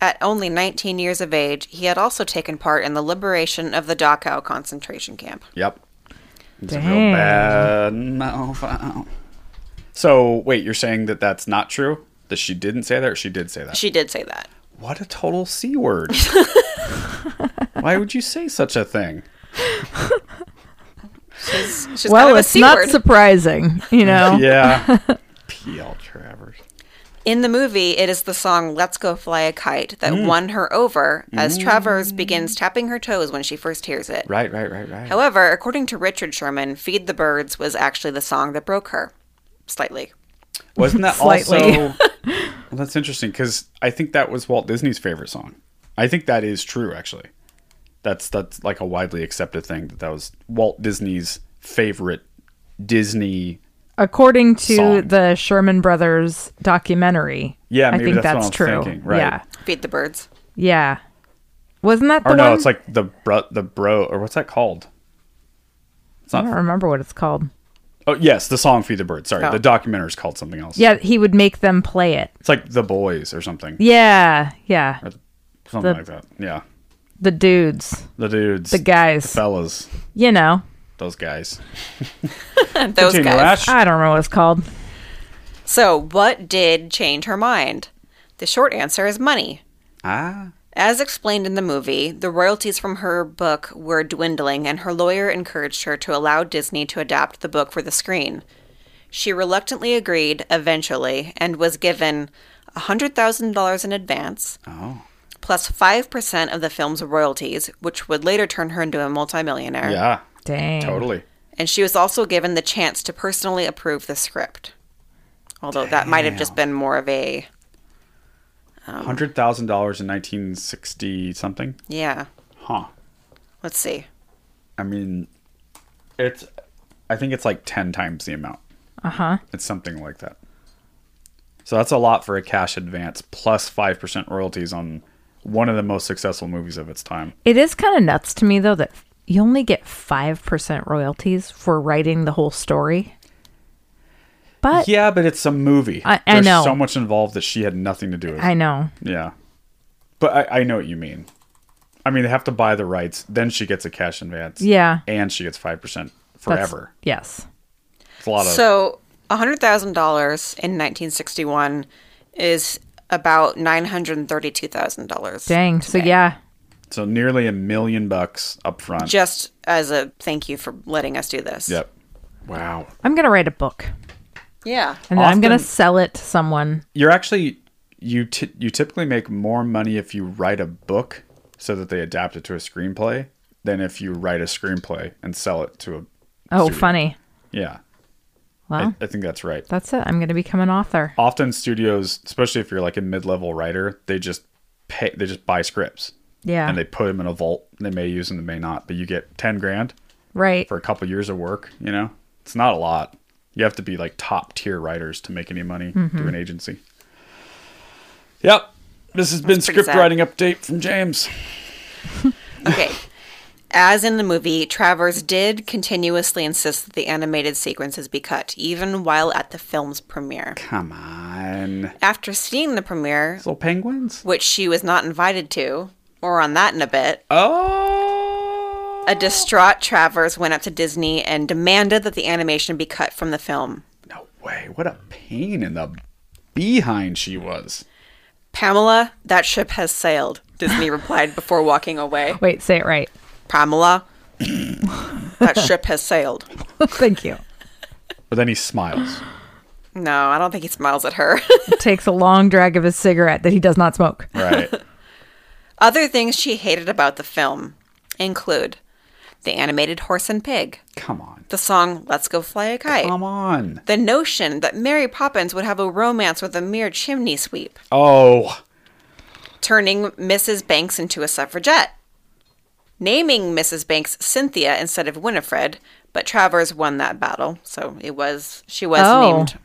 At only 19 years of age, he had also taken part in the liberation of the Dachau concentration camp.
Yep. It's a
Dang.
real bad mouth. So wait, you're saying that that's not true? That she didn't say that, or she did say that?
She did say that.
what a total c word! Why would you say such a thing?
She's, she's
well,
kind of a
it's
C
not
word.
surprising, you know.
Yeah. P.L. Travers.
In the movie, it is the song Let's Go Fly a Kite that won her over as Travers begins tapping her toes when she first hears it.
Right, right, right, right.
However, according to Richard Sherman, Feed the Birds was actually the song that broke her. Slightly.
Wasn't that
Slightly.
also? well, that's interesting because I think that was Walt Disney's favorite song. I think that is true, actually. That's that's like a widely accepted thing that that was Walt Disney's favorite Disney.
According to
Song.
the Sherman Brothers documentary.
Yeah,
I
maybe
think
that's
that's,
what I'm
true.
thinking, right.
Yeah.
Feed the Birds.
Yeah. Wasn't that the
Or no,
one?
it's like the bro, the bro, or what's that called? It's
I don't
not.
remember what it's called.
Oh yes, the song "Feed the Bird." Sorry,
Oh.
the documentary's called something else.
Yeah, he would make them play it.
it's like the boys or something,
Yeah, yeah.
something
the-
like that. Yeah,
The dudes,
the dudes,
the guys,
fellas,
you know.
those guys.
And those
Continue,
guys.
Ash.
I don't remember what it's called.
So, what did change her mind? The short answer is money.
Ah,
As explained in the movie, the royalties from her book were dwindling, and her lawyer encouraged her to allow Disney to adapt the book for the screen. She reluctantly agreed eventually and was given $100,000 in advance,
oh,
plus 5% of the film's royalties, which would later turn her into a multimillionaire.
Oh. yeah,
Dang.
totally.
And she was also given the chance to personally approve the script. Although that might have just been more of a,
hundred thousand dollars in nineteen sixty something.
yeah,
Huh.
let's see.
I mean, it's. I think it's like ten times the amount.
Uh huh.
It's something like that. So that's a lot for a cash advance plus five percent royalties on one of the most successful movies of its time.
It is kind of nuts to me though that you only get five percent royalties for writing the whole story. But
Yeah, but it's a movie.
I- I
There's
know.
so much involved that she had nothing to do with. it.
I know.
Yeah, but I, I know what you mean. I mean, they have to buy the rights. Then she gets a cash advance.
Yeah.
and she gets five percent
that's-
forever.
Yes.
It's a lot of
So hundred thousand dollars in nineteen sixty one is about nine hundred and thirty two thousand dollars.
Dang. So yeah.
So nearly a million bucks up front.
Just as a thank you for letting us do this.
yep. Wow.
I'm gonna write a book
Yeah.
and then I'm gonna
Often-
sell it to someone.
You're actually you t- you typically make more money if you write a book so that they adapt it to a screenplay than if you write a screenplay and sell it to a
Oh,
studio.
funny.
Yeah.
Well,
I, I think that's right.
that's it. I'm gonna become an author.
Often studios, especially if you're like a mid-level writer, they just pay they just buy scripts
Yeah.
and they put them in a vault. They may use them, they may not, but you get 10 grand
right.
for a couple years of work, you know? It's not a lot. You have to be like top tier writers to make any money through an agency. Yep. This has been
pretty
script
sad.
writing update from James.
Okay. As in the movie, Travers did continuously insist that the animated sequences be cut, even while at the film's premiere.
Come on.
After seeing the premiere,
Little penguins.
which she was not invited to, more on that in a bit,
Oh.
A distraught Travers went up to Disney and demanded that the animation be cut from the film.
No way. What a pain in the behind she was.
Pamela, that ship has sailed, Disney replied before walking away.
Wait. Say it right.
Pamela, that ship has sailed.
Thank you.
But then he smiles.
No, I don't think he smiles at her.
Takes a long drag of his cigarette that he does not smoke.
Right.
Other things she hated about the film include the animated horse and pig,
Come on.
the song Let's Go Fly a Kite,
Come on.
the notion that Mary Poppins would have a romance with a mere chimney sweep,
Oh.
turning Mrs. Banks into a suffragette, naming Mrs. Banks Cynthia instead of Winifred, but Travers won that battle, so it was she was
Oh.
named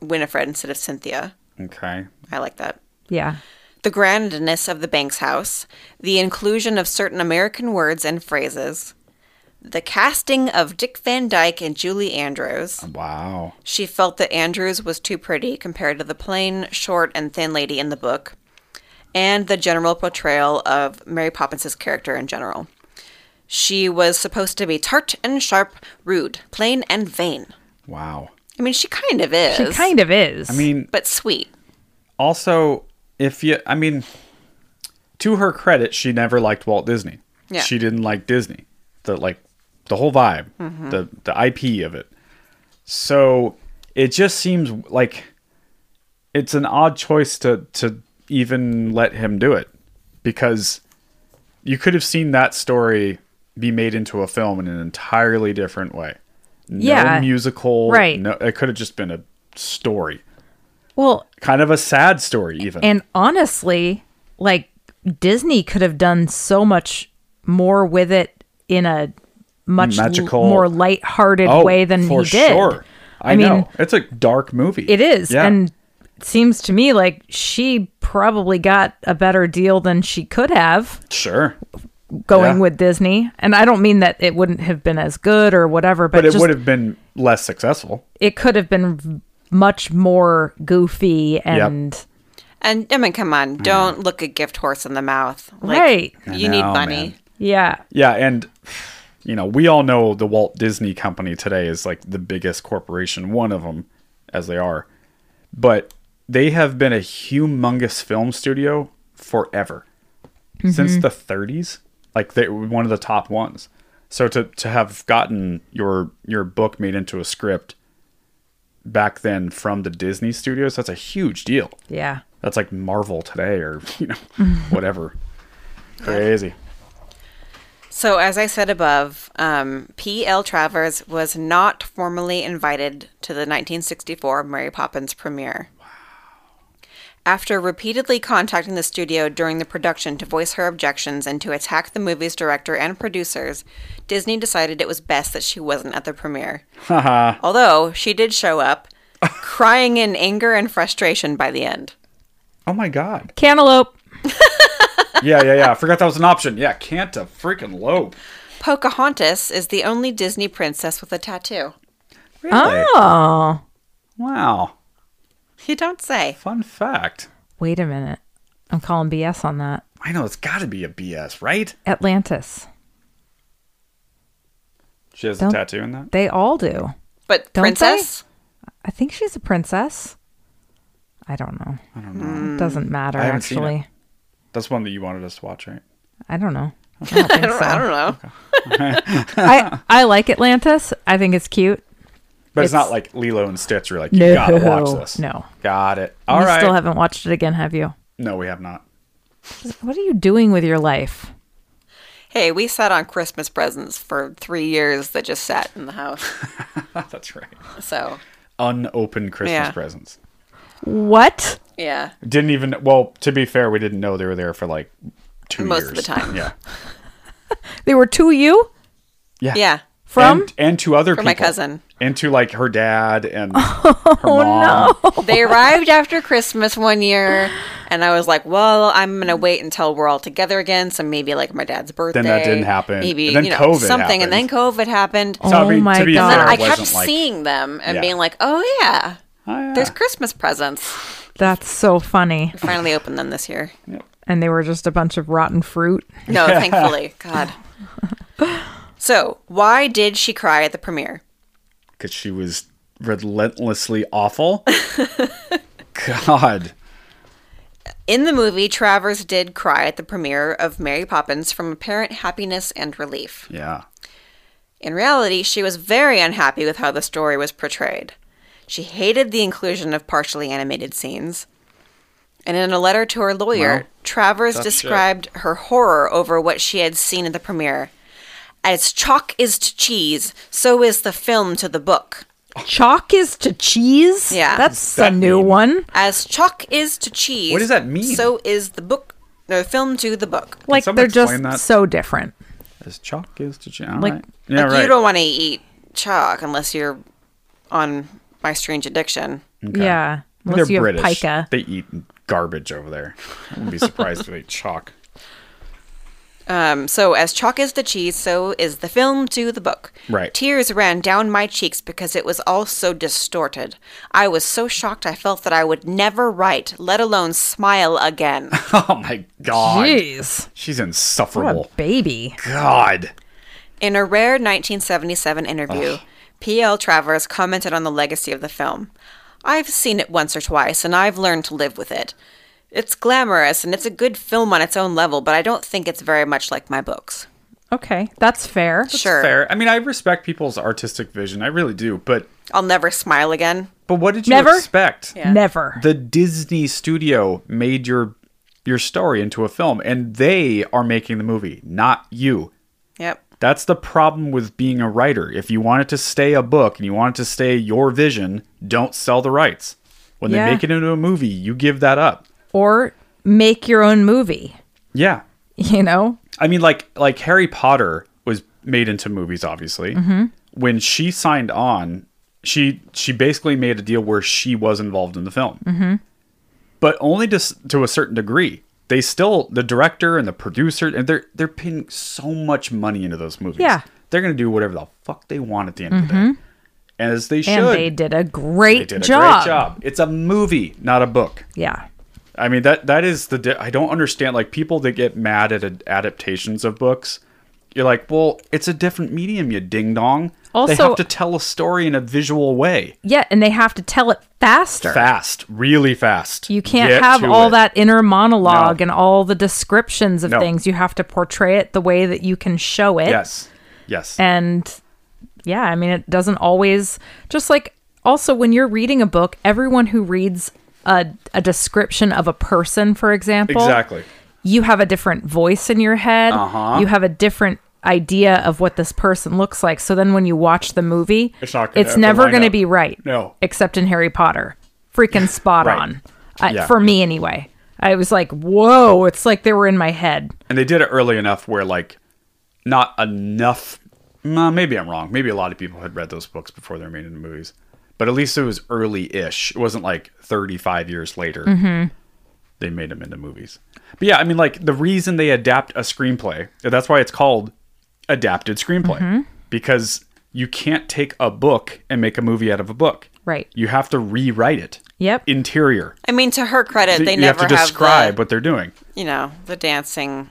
Winifred instead of Cynthia.
Okay.
I like that.
Yeah.
The grandness of the Banks house, the inclusion of certain American words and phrases, the casting of Dick Van Dyke and Julie Andrews.
Wow.
She felt that Andrews was too pretty compared to the plain, short, and thin lady in the book, and the general portrayal of Mary Poppins's character in general. She was supposed to be tart and sharp, rude, plain and vain.
Wow.
I mean, she kind of is.
She kind of is.
I mean,
but sweet.
also, if you, I mean, to her credit, she never liked Walt Disney.
Yeah.
She didn't like Disney. The like the whole vibe,
Mm-hmm.
the the IP of it. So it just seems like it's an odd choice to to even let him do it because you could have seen that story be made into a film in an entirely different way. No
Yeah.
musical,
Right.
No, it could have just been a story,
well,
kind of a sad story, even.
and honestly, like Disney could have done so much more with it in a much l-
Magical- Oh,
more lighthearted way than
for
he did.
Sure. I,
I mean-
know it's a dark movie.
It is,
Yeah.
and seems to me like she probably got a better deal than she could have
sure, but,
going
Yeah.
with Disney. And I don't mean that it wouldn't have been as good or whatever, but,
it
just-
would have been less successful.
it could have been much more goofy and
And I mean, come on, don't look a gift horse in the mouth. Like,
Right.
Hmm. I
You need
know,
money.
man.
yeah.
Yeah, and you know we all know the Walt Disney Company today is like the biggest corporation, one of them, as they are, but they have been a humongous film studio forever, since the 30s. Like they were one of the top ones. So to to have gotten your your book made into a script back then from the Disney studios, that's a huge deal.
Yeah.
That's like Marvel today or you know whatever. Crazy.
So, as I said above, um, P.L. Travers was not formally invited to the 1964 Mary Poppins premiere. Wow. After repeatedly contacting the studio during the production to voice her objections and to attack the movie's director and producers, Disney decided it was best that she wasn't at the premiere. Although she did show up, crying in anger and frustration by the end.
Oh my god.
Cantaloupe.
yeah, yeah, yeah. I forgot that was an option. Yeah, can't a freaking lope.
Pocahontas is the only Disney princess with a tattoo.
Really?
Oh.
Wow.
You don't say.
Fun fact.
Wait a minute. I'm calling BS on that.
I know it's got to be a BS, right?
Atlantis.
She has
Don't-
a tattoo in that.
They all do.
But
Don't
princess?
I think she's a princess. I don't know. I don't
Hmm.
know. It doesn't matter
I haven't seen
actually.
That's one that you wanted us to watch, right?
I don't know. I don't think so.
I don't know.
I, I like Atlantis. I think it's cute.
But
It's-
it's, not like Lilo and Stitch. You're like,
No.
you gotta watch this.
No.
Got it. All
you
right.
still haven't watched it again, have you?
no, we have not.
What are you doing with your life?
Hey, we sat on Christmas presents for three years that just sat in the house.
That's right.
So,
Unopened Christmas
Yeah.
presents.
What?
yeah.
Didn't even. Well, to be fair, we didn't know they were there for like two
Most
years.
of the time.
Yeah.
They were to you?
Yeah.
Yeah.
From?
and, and to other
From
people.
my cousin.
and to like her dad and
Oh,
her mom.
They arrived after Christmas one year, and I was like, well, I'm going to wait until we're all together again. So maybe like my dad's birthday.
didn't happen.
Maybe,
And then
you know,
COVID
something. And then
happened.
COVID happened.
Oh my God.
and
there
then I
it wasn't
kept
like,
seeing them and
Yeah.
being like, oh, yeah,
"Oh, yeah."
there's Christmas presents.
That's so funny.
Finally opened them this year.
And they were just a bunch of rotten fruit.
No, thankfully. God. So, why did she cry at the premiere?
because she was relentlessly awful. God,
In the movie, Travers did cry at the premiere of Mary Poppins from apparent happiness and relief.
yeah,
In reality, she was very unhappy with how the story was portrayed. She hated the inclusion of partially animated scenes. And in a letter to her lawyer, Travers described her horror over what she had seen at the premiere. As chalk is to cheese, so is the film to the book.
Chalk is to cheese?
Yeah.
That's
That
a new
mean?
one.
As chalk is to cheese.
What does that mean?
So is the book, no, film to the book.
Like
someone
they're just
explain that?
so different.
as chalk is to chalk.
Like-
Like, yeah,
like
right.
you don't want to eat chalk unless you're on my strange addiction.
Yeah. Unless
They're
you have
British.
pica.
They eat garbage over there. I wouldn't be surprised if they ate chalk.
Um, so, as chalk is the cheese, so is the film to the book.
Right.
Tears ran down my cheeks because it was all so distorted. I was so shocked I felt that I would never write, let alone smile again.
Oh my god.
Jeez.
She's
What
insufferable.
a baby.
God.
In a rare 1977 interview, P.L. Travers commented on the legacy of the film. I've seen it once or twice, and I've learned to live with it. It's glamorous, and it's a good film on its own level, but I don't think it's very much like my books.
Okay, that's fair.
Sure,
Fair. I mean, I respect people's artistic vision. I really do. But
I'll never smile again.
but what did you
Never?
expect?
Never.
The Disney studio made your your story into a film and they are making the movie, not you.
Yep.
That's the problem with being a writer. If you want it to stay a book and you want it to stay your vision, don't sell the rights. When
Yeah.
they make it into a movie, you give that up.
or make your own movie,
Yeah.
you know?
I mean, like like Harry Potter was made into movies, obviously.
Mm-hmm.
When she signed on, she she basically made a deal where she was involved in the film,
Mm-hmm.
but only to s- to a certain degree. They still the director and the producer and they're they're putting so much money into those movies.
Yeah. Mm-hmm.
they're gonna do whatever the fuck they want at the end of the day, as they should.
And they did a great
They did a
job.
great job. It's a movie, not a book.
Yeah.
I mean that that is the di- I don't understand like people that get mad at ad- adaptations of books. You're like, well, it's a different medium, you ding dong. they
Also-
have to tell a story in a visual way,
Yeah, and they have to tell it faster.
fast, really fast.
You can't
Get
have
to
all
it.
that inner monologue
No.
and all the descriptions of
No.
things. You have to portray it the way that you can show it.
Yes, yes,
And yeah, I mean, it doesn't always, just like also when you're reading a book, everyone who reads a, a description of a person, for example,
exactly.
you have a different voice in your head.
Uh-huh.
You have a different idea of what this person looks like. So then when you watch the movie,
It's not gonna- it'll
never
line
going to
up.
be right.
No.
Except in Harry Potter. Freaking spot
Right.
on. I,
Yeah.
For me, anyway. I was like, whoa, it's like they were in my head.
And they did it early enough where like not enough. Nah, maybe I'm wrong. Maybe a lot of people had read those books before they were made into movies, but at least it was early-ish. It wasn't like 35 years later they made them into movies. But yeah, I mean, like the reason they adapt a screenplay, that's why it's called adapted screenplay because you can't take a book and make a movie out of a book.
Right.
You have to rewrite it.
Yep.
Interior.
I mean, to her credit, they
you
never
have to describe
the,
what they're doing.
you know, the dancing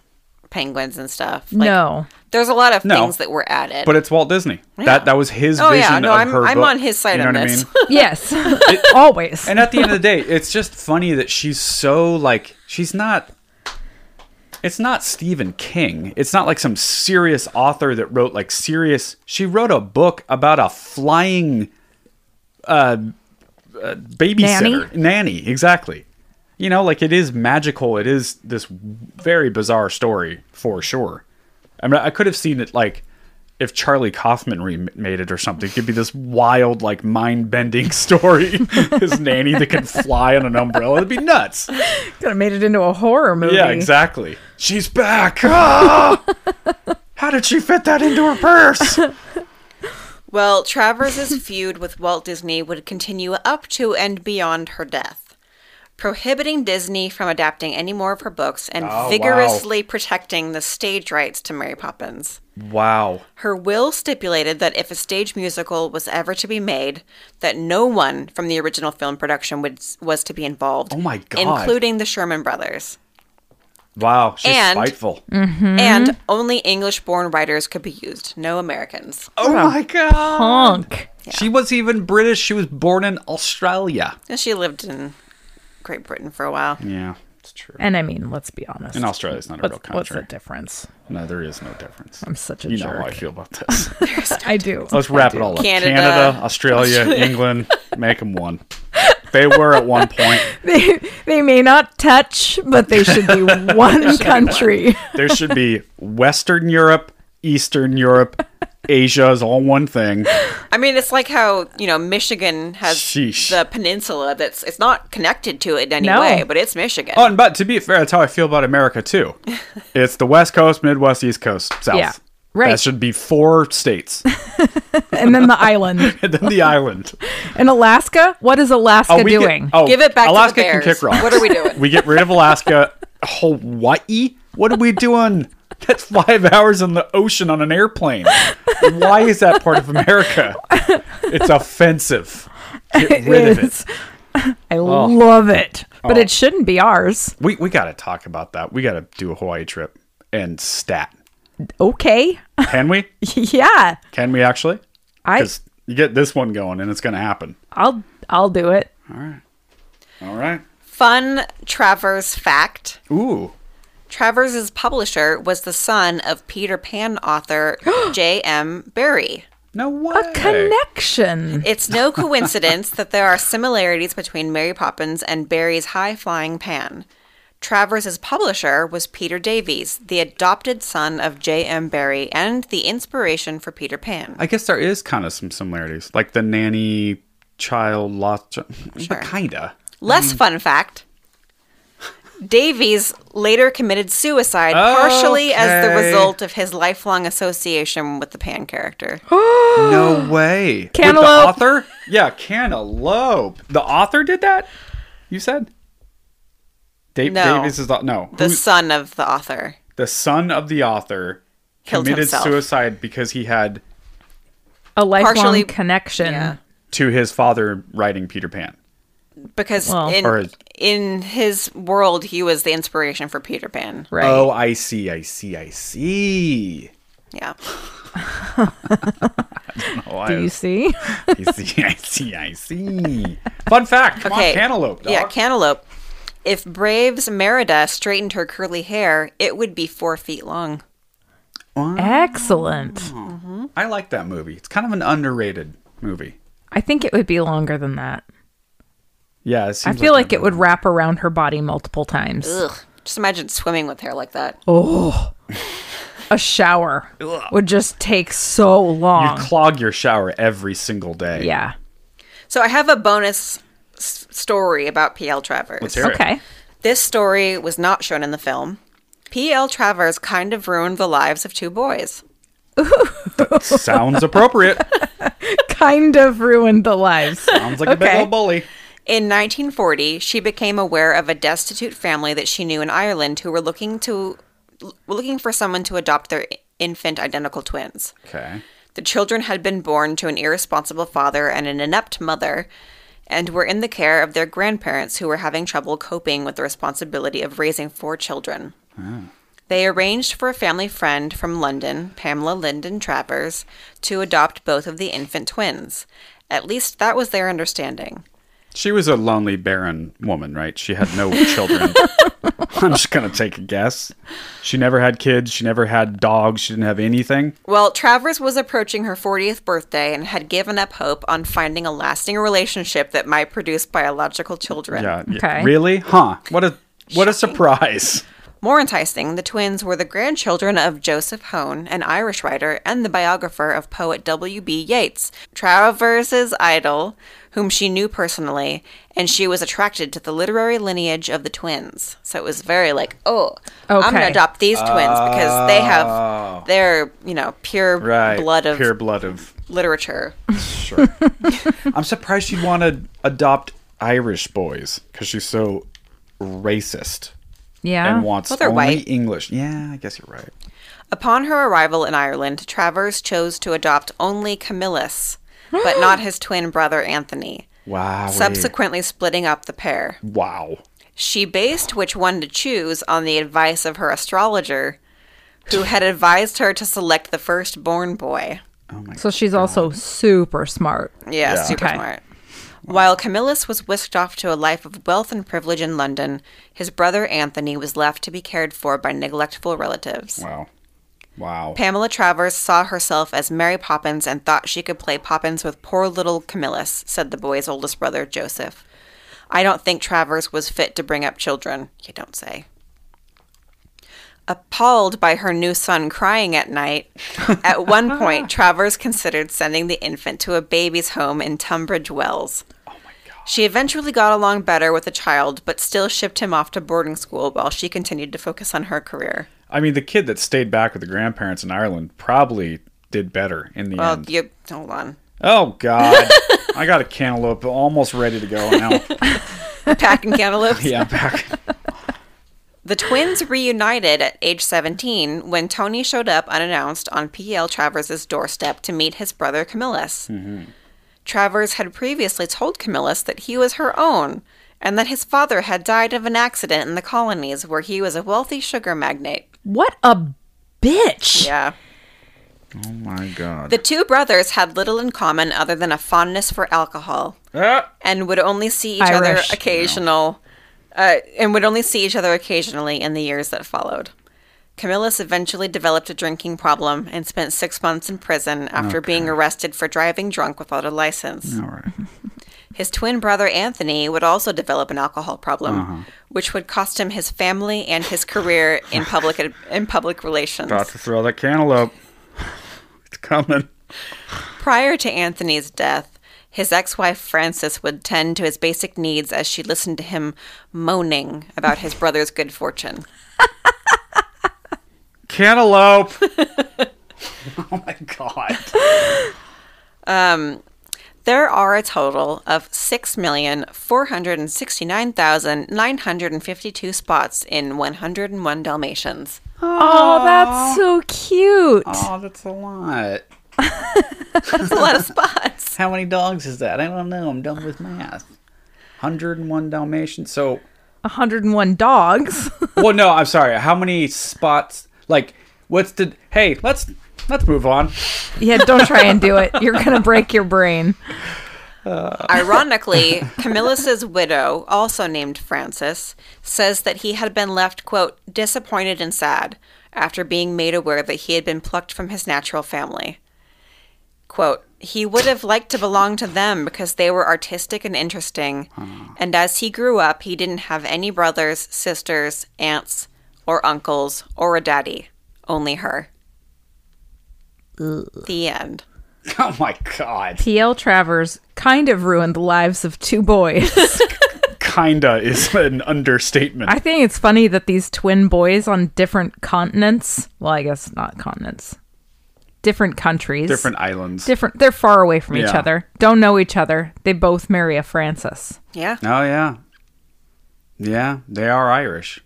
penguins and stuff. Like,
no.
There's a lot of
No.
things that were added.
But it's Walt Disney. That that was his
Oh, yeah.
vision
No,
of
I'm-
her
I'm
book.
on his side
You know
on
what
this.
I mean?
Yes. Always.
and at the end of the day, it's just funny that she's so like she's not. It's not Stephen King. It's not like some serious author that wrote like serious. She wrote a book about a flying uh, uh, babysitter nanny. Exactly. You know, like it is magical. It is this very bizarre story for sure. I mean, I could have seen it like if Charlie Kaufman remade it or something. It could be this wild, like mind bending story. His nanny that can fly on an umbrella. It'd be nuts.
Could have made it into a horror movie.
Yeah, exactly. She's back. Ah! How did she fit that into her purse?
Well, Travers's feud with Walt Disney would continue up to and beyond her death, prohibiting Disney from adapting any more of her books and
Oh, wow.
vigorously protecting the stage rights to Mary Poppins.
Wow.
Her will stipulated that if a stage musical was ever to be made, that no one from the original film production would, was to be involved.
Oh my God.
Including the Sherman Brothers.
Wow. She's
And-
spiteful. Mm-hmm.
And only English-born writers could be used, no Americans.
Oh my God.
Honk.
She was even British. She was born in Australia.
And she lived in Great Britain for a while.
Yeah, it's true.
And I mean, let's be honest.
And Australia's not a real
what's, what's the
country.
difference?
No, there is no difference.
I'm such a
you know
jerk.
how I feel about this.
I do.
Let's wrap it all up.
Canada.
Canada, Australia, England, make them one. They were at one point.
They, they may not touch, but they should be one country.
There should be Western Europe, Eastern Europe, Asia is all one thing.
I mean, it's like how you know Michigan has
Sheesh.
the peninsula that's it's not connected to it in any
No.
way, but it's Michigan.
Oh, and but to be fair, that's how I feel about America too. It's the West Coast, Midwest, East Coast, South.
Yeah, right.
That should be four states,
and then the island.
and then the island.
And Alaska? What is Alaska
we get-
doing?
oh,
Give it back to the
Alaska
Bears.
can kick rocks.
What are we doing?
we get rid of Alaska. Hawaii? What are we doing? That's five hours in the ocean on an airplane. Why is that part of America? It's offensive. Get rid of it.
is. I
Oh.
love it. But it shouldn't be ours.
We we gotta talk about that. We gotta do a Hawaii trip and stat.
Okay.
Can we?
yeah.
Can we actually?
I
Because you get this one going and it's gonna happen.
I'll I'll do it.
All right.
Fun Travers fact
Ooh.
Travers's publisher was the son of Peter Pan author J.M. Barrie.
No way.
Connection.
It's no coincidence that there are similarities between Mary Poppins and Barry's high flying Pan. Travers's publisher was Peter Davies, the adopted son of J.M. Barry and the inspiration for Peter Pan.
I guess there is kind of some similarities, like the nanny child lost. But kinda.
Less
Mm.
fun fact Davies later committed suicide partially as the
Okay.
result of his lifelong association with the Pan character.
No way. With
Cantaloupe.
the author? Yeah, cantaloupe. The author did that? You said? Dave
No.
Davis is the, no.
The
Who-
son of the author.
the son of the author
Killed
committed
himself.
suicide because he had
A lifelong
partially-
connection.
Yeah.
to his father writing Peter Pan.
Because
Well-
in,
Or is-
in his world, he was the inspiration for Peter Pan.
Right.
Oh, I see, I see, I see.
Yeah.
Oh,
Do
I,
you see?
I see, I see, I see. Fun fact. Come on, cantaloupe. Dog.
Yeah, cantaloupe. If Brave's Merida straightened her curly hair, it would be four feet long.
Excellent.
I like that movie. It's kind of an underrated movie.
I think it would be longer than that.
Yeah, it
I
seems
feel like
a-
it would wrap around her body multiple times.
Ugh. Just imagine swimming with hair like that.
Oh.
A shower would just take so long.
You clog your shower every single day.
yeah.
So I have a bonus s- story about P.L. Travers.
Let's hear it.
Okay.
This story was not shown in the film. P.L. Travers kind of ruined the lives of two boys.
Sounds appropriate.
Kind of ruined the lives.
Sounds like a big
Okay.
old bully.
In 1940, she became aware of a destitute family that she knew in Ireland who were looking to l- looking for someone to adopt their infant identical twins.
Okay.
The children had been born to an irresponsible father and an inept mother and were in the care of their grandparents who were having trouble coping with the responsibility of raising four children. They arranged for a family friend from London, Pamela Linden Travers, to adopt both of the infant twins. At least that was their understanding.
She was a lonely, barren woman, right? She had no children. I'm just going to take a guess. She never had kids. She never had dogs. She didn't have anything.
Well, Travers was approaching her 40th birthday and had given up hope on finding a lasting relationship that might produce biological children.
Yeah. y-
Okay.
Really? Huh. What a what a surprise.
More enticing, the twins were the grandchildren of Joseph Hone, an Irish writer and the biographer of poet W.B. Yeats, Travers's idol, whom she knew personally, and she was attracted to the literary lineage of the twins. So it was very like, oh, I'm going
Okay.
to adopt these twins because they have their, you know, pure
Oh. Right.
blood of
pure blood of.
literature.
Sure. I'm surprised she'd want to adopt Irish boys because she's so racist
Yeah.
and wants
Oh. Well, they're
only
white.
English. Yeah, I guess you're right.
Upon her arrival in Ireland, Travers chose to adopt only Camillus, but not his twin brother Anthony,
Wow.
subsequently splitting up the pair.
Wow.
She based which one to choose on the advice of her astrologer, who had advised her to select the firstborn boy.
so she's also super smart.
Yeah, super
Okay.
smart. While Camillus was whisked off to a life of wealth and privilege in London, his brother Anthony was left to be cared for by neglectful relatives.
Wow. Wow.
Pamela Travers saw herself as Mary Poppins and thought she could play Poppins with poor little Camillus, said the boy's oldest brother, Joseph. I don't think Travers was fit to bring up children, you don't say. Appalled by her new son crying at night, at one point, Travers considered sending the infant to a baby's home in Tunbridge Wells. She eventually got along better with the child, but still shipped him off to boarding school while she continued to focus on her career.
I mean, the kid that stayed back with the grandparents in Ireland probably did better in the
Well,
end.
you hold on.
Oh God, I got a cantaloupe almost ready to go now.
packing cantaloupes.
yeah, back.
The twins reunited at age 17 when Tony showed up unannounced on P.L. Travers' doorstep to meet his brother Camillus. Travers had previously told Camillus that he was her own and that his father had died of an accident in the colonies where he was a wealthy sugar magnate.
What a bitch.
Yeah.
Oh my god.
The two brothers had little in common other than a fondness for alcohol
Ah!
and would only see each
Irish.
other occasional uh, and would only see each other occasionally in the years that followed. Camillus eventually developed a drinking problem and spent six months in prison after being arrested for driving drunk without a license.
All right.
His twin brother Anthony would also develop an alcohol problem, which would cost him his family and his career in public in public relations.
About to throw that cantaloupe. It's coming.
Prior to Anthony's death, his ex wife Frances would tend to his basic needs as she listened to him moaning about his brother's good fortune.
Cantaloupe. oh my god.
Um, There are a total of 6,469,952 spots in 101 Dalmatians.
Oh, that's so cute.
Oh, that's a lot.
That's a lot of spots.
How many dogs is that? I don't know. I'm done with math. 101 Dalmatians. So,
101 dogs.
well, no, I'm sorry. How many spots? Like, what's the? Hey, let's let's move on.
yeah, don't try and do it. You're going to break your brain.
Ironically, Camillus's widow, also named Frances, says that he had been left, quote, disappointed and sad after being made aware that he had been plucked from his natural family. Quote, he would have liked to belong to them because they were artistic and interesting, and as he grew up, he didn't have any brothers, sisters, aunts, or uncles, or a daddy, only her. The end.
Oh my god.
T.L. Travers kind of ruined the lives of two boys.
Kinda is an understatement.
I think it's funny that these twin boys on different continents, well, I guess not continents, different countries,
Different islands.
different, they're far away from each
Yeah.
other, don't know each other. They both marry a Francis.
Yeah.
oh yeah. Yeah, they are Irish.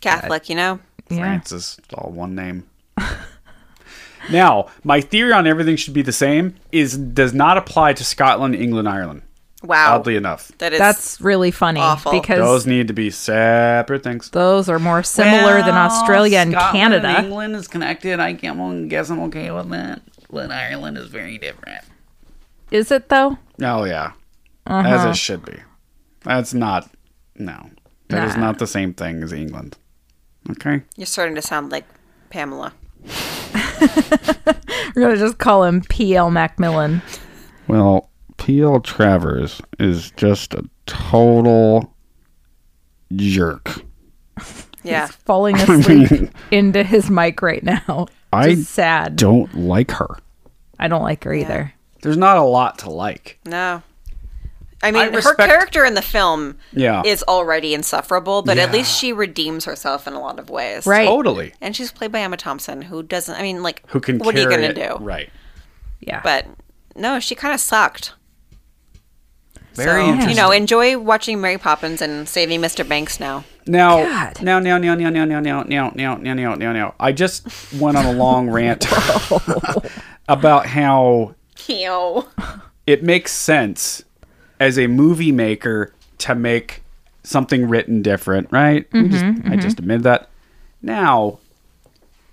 Catholic, you know?
Yeah.
Francis, it's all one name. now, my theory on everything should be the same is does not apply to Scotland, England, Ireland.
Wow.
Oddly enough,
that is
That's really funny
awful.
because
those
those,
need to be separate things.
are more similar than
Well,
Australia and
Scotland
Canada.
Uh, England is connected. I can't, I guess I'm okay with that. But Ireland is very different.
Is it though?
Oh yeah,
Uh-huh.
as it should be. That's not no. That is not the same thing as England. Okay.
You're starting to sound like Pamela.
We're gonna just call him P.L. Macmillan.
Well, P.L. Travers is just a total jerk.
Yeah.
Falling asleep into his mic right now.
I
Just sad.
don't like her.
I don't like her either.
There's not a lot to like.
No. I mean,
respect-
her character in the film
Yeah.
is already insufferable, but at
Yeah.
least she redeems herself in a lot of ways.
Right.
Totally.
And she's played by Emma Thompson, who doesn't, I mean, like,
Who can
what are you
carry
going to
it?
do?
Right.
Yeah.
But no, she kind of sucked.
Very
so, you
interesting.
know, enjoy watching Mary Poppins and saving Mr. Banks now.
Now,
God.
now, now, now, now, now, now, now, now, now, now, now, now, now. I just went on a long rant about how
Ew.
it makes sense as a movie maker to make something written different, right? We just, I just admitted that. Now,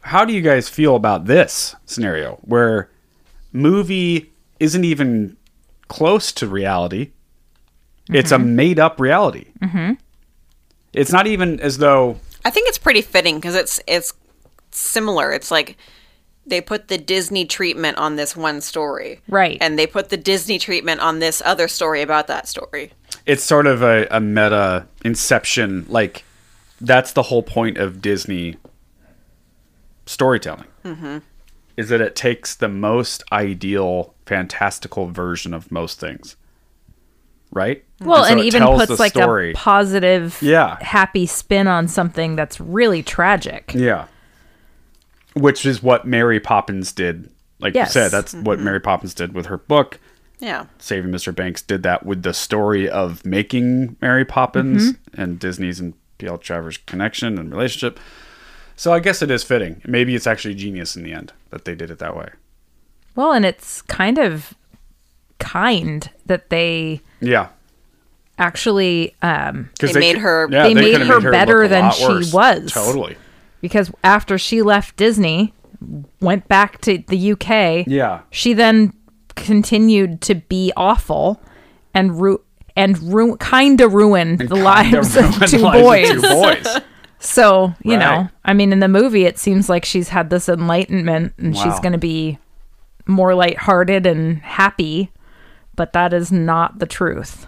how do you guys feel about this scenario where movie isn't even close to reality? It's a made up reality. Mm-hmm. It's not even as though
I think it's pretty fitting because it's it's similar. It's like they put the Disney treatment on this one story,
Right.
And they put the Disney treatment on this other story about that story.
it's sort of a, a meta inception. Like that's the whole point of Disney storytelling. Mm-hmm. Is that it takes the most ideal, fantastical version of most things, right?
Mm-hmm. Well,
so
and,
it
even
tells
puts
the
like
story.
a positive,
Yeah.
happy spin on something that's really tragic.
yeah, which is what Mary Poppins did. Like
Yes. Mm-hmm.
you said, that's what Mary Poppins did with her book.
Yeah,
Mm-hmm.
Saving Mr. Banks did that with the story of making Mary Poppins and Disney's and P.L. Travers' connection and relationship. So I guess it is fitting. Maybe it's actually genius in the end that they did it that way.
Well, and it's kind of kind that they
Yeah,
actually um
because
They made her-
They made her better than she was.
Totally.
because after she left Disney, went back to the UK.
Yeah.
She then continued to be awful and ru- and ru- kind of ruined the lives
Everyone
of two
lies to
boys.
Two boys.
So, you
Right.
know, I mean in the movie it seems like she's had this enlightenment and she's
Wow.
going to be more lighthearted and happy, but that is not the truth.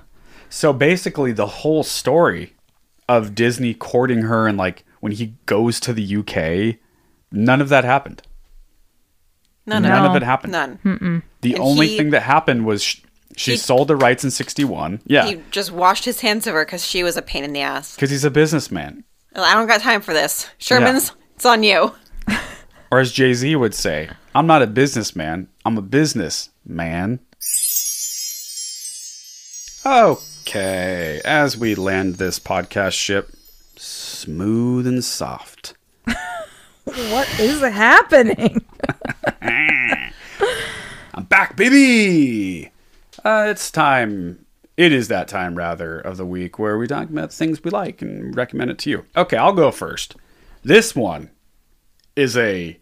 So basically, the whole story of Disney courting her and like when he goes to the UK, none of that happened.
None,
None
No.
of it happened.
None.
Hmm.
The
And
only
he-
thing that happened was sh- she
he-
sold the rights in '61. Yeah,
He just washed his hands of her because she was a pain in the ass.
because he's a businessman,
I don't got time for this. Sherman's, it's on you.
or as Jay Z would say, "I'm not a businessman. I'm a business man." Okay, as we land this podcast ship, smooth and soft.
What is happening?
I'm back, baby. Uh, it's time. It is that time, rather, of the week where we talk about things we like and recommend it to you. Okay, I'll go first. This one is a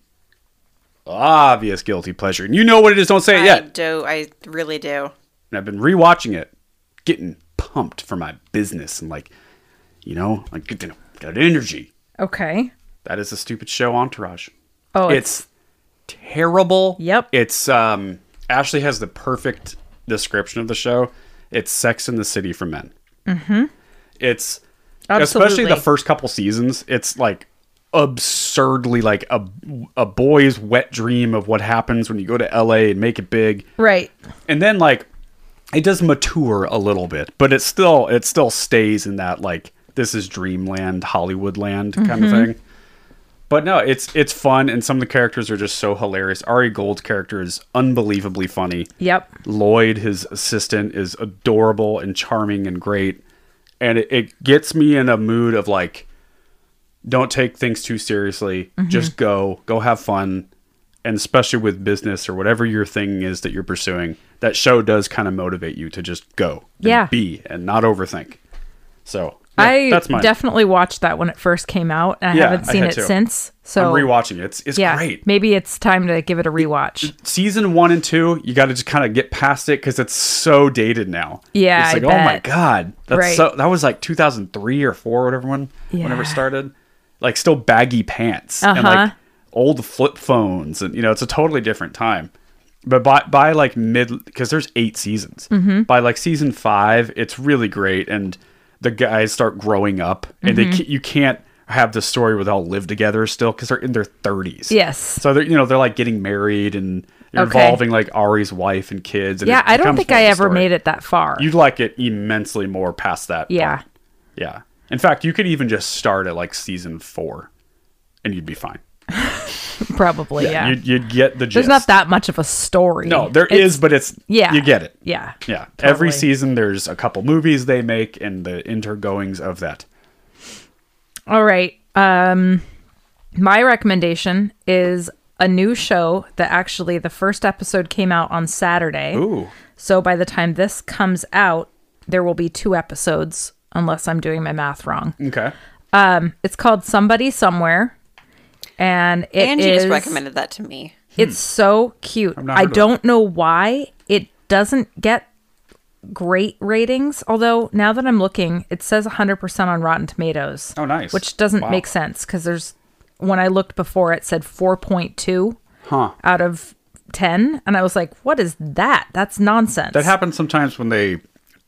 obvious guilty pleasure, and you know what it is. Don't say it
I
yet.
do. I really do.
And I've been rewatching it, getting pumped for my business, and like, you know, like getting got energy.
Okay.
That is a stupid show, Entourage.
Oh,
it's, terrible.
Yep.
It's um Ashley has the perfect description of the show. It's Sex in the City for men. Mm-hmm. It's especially
Absolutely.
the first couple seasons. It's like absurdly like a a boy's wet dream of what happens when you go to LA and make it big
right.
and then like it does mature a little bit but it still it still stays in that like this is dreamland hollywood land kind of thing but no it's it's fun and some of the characters are just so hilarious ari gold's character is unbelievably funny
Yep.
lloyd his assistant is adorable and charming and great and it, it gets me in a mood of like don't take things too seriously
Mm-hmm.
just go go have fun and especially with business or whatever your thing is that you're pursuing that show does kind of motivate you to just go and
Yeah.
be and not overthink so yeah,
I
that's mine
definitely watched that when it first came out, and I
Yeah,
haven't
I
seen
had
it
to.
since. So
i'm rewatching it it's, it's
Yeah,
great
maybe it's time to give it a rewatch.
season one and two you got to just kind of get past it because it's so dated now
Yeah,
it's
I
like oh my
bet.
god that's
Right.
so that was like 2003 or four whatever one whenever it
Yeah.
started like still baggy pants and like
Uh-huh.
old flip phones and you know it's a totally different time but by by like mid because there's eight seasons
Mm-hmm.
by like season five it's really great and the guys start growing up and
Mm-hmm.
they ca- you can't have the story where they all live together still because they're in their 30s
Yes.
so they're you know they're like getting married and they're
Okay.
involving like Ari's wife and kids. And
yeah, I don't think I ever made it that far.
You'd like it immensely more past that.
yeah.
part. yeah. In fact, you could even just start at like season four, and you'd be fine.
Probably. Yeah.
You'd, you'd get the
There's
gist.
not that much of a story.
No, there is, but it's
Yeah.
You get it.
Yeah.
Yeah. Every
Totally.
season, there's a couple movies they make and the intergoings of that.
All right. Um, my recommendation is a new show that actually the first episode came out on Saturday.
Ooh.
So by the time this comes out, there will be two episodes, unless I'm doing my math wrong.
Okay.
It's called Somebody Somewhere. And it
Angie just
is-
recommended that to me.
It's so cute.
not
I
heard of
don't know why it doesn't get great ratings. Although now that I'm looking, it says 100% on Rotten Tomatoes.
Oh, nice.
Which doesn't
Wow.
make sense because there's when I looked before, it said 4.2
Huh.
out of 10, and I was like, "What is that? That's nonsense."
That happens sometimes when they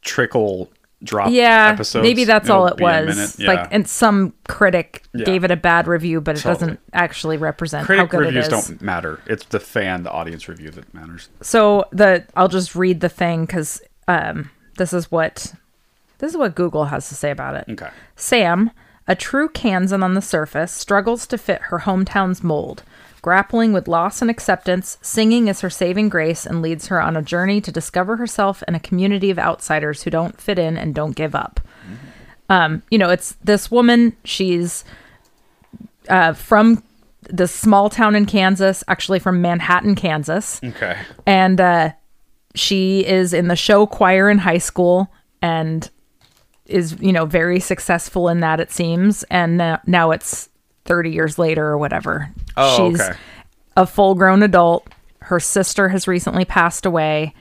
trickle drop
yeah,
episodes.
maybe that's
It'll
all it
be a minute.
was.
Yeah.
Like, and some critic
Yeah.
gave it a bad review, but it
Totally.
doesn't actually represent how
critic
good
reviews
it is.
don't matter. It's the fan, the audience review that matters.
so the I'll just read the thing because um, this is what this is what Google has to say about it.
Okay.
Sam, a true Kansan on the surface, struggles to fit her hometown's mold. Grappling with loss and acceptance, singing is her saving grace and leads her on a journey to discover herself and a community of outsiders who don't fit in and don't give up. Um, you know, it's this woman. She's uh, from the small town in Kansas, actually from Manhattan, Kansas
Okay.
and uh, she is in the show choir in high school and is you know very successful in that it seems and now, now it's 30 years later or whatever
Oh,
she's
okay.
a full-grown adult her sister has recently passed away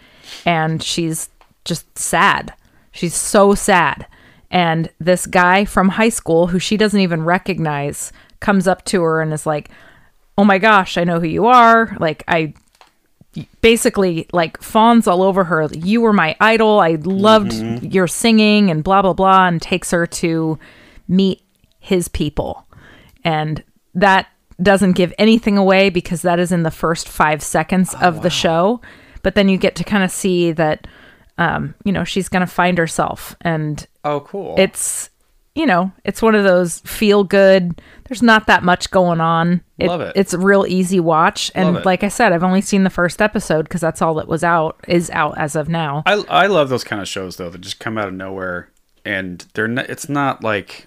and she's just sad she's so sad and this guy from high school who she doesn't even recognize comes up to her and is like oh my gosh i know who you are like i basically like fawns all over her. You were my idol. I loved your singing and blah blah blah and takes her to meet his people. And that doesn't give anything away because that is in the first 5 seconds of the show. But then you get to kind of see that um, you know, she's going to find herself and
Oh, cool.
it's you know it's one of those feel good there's not that much going on
Love it.
it's a real easy watch and
Love it.
like i said i've only seen the first episode because that's all that was out is out as of now
I I love those kind of shows though that just come out of nowhere and they're not, it's not like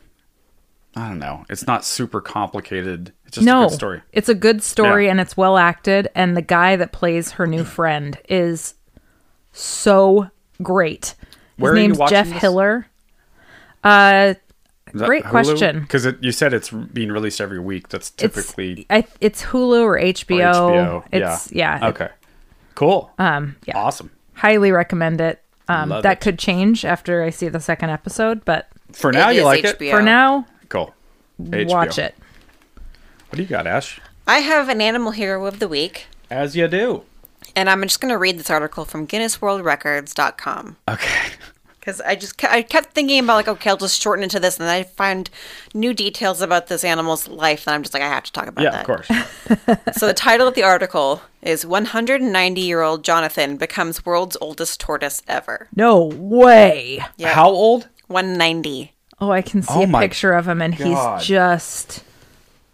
I don't know. It's not super complicated. It's just
no
a good story.
it's a good story
Yeah.
and it's well acted and the guy that plays her new friend is so great his
Where are you
name's
watching
jeff
this?
hiller uh Great question.
Because you said it's being released every week. That's typically
it's I, it's hulu or hbo,
for HBO.
it's yeah, it-
Okay. Cool.
um yeah
awesome.
highly recommend it. Um,
Love
that
it.
could change after I see the second episode, but
For now,
It
you
is
like
HBO.
it.
for now,
Cool. HBO.
watch it.
What do you got, Ash?
I have an animal hero of the week,
As you do.
and I'm just going to read this article from GuinnessWorldRecords.com.
Okay.
because I just ke- I kept thinking about like okay I'll just shorten it to this and then I find new details about this animal's life and I'm just like I have to talk about
Yeah,
that.
of course.
So the title of the article is 190 year old Jonathan becomes world's oldest tortoise ever.
No way.
Yeah.
How old?
190.
Oh, I can see
Oh
a
my
picture of him, and
God.
he's just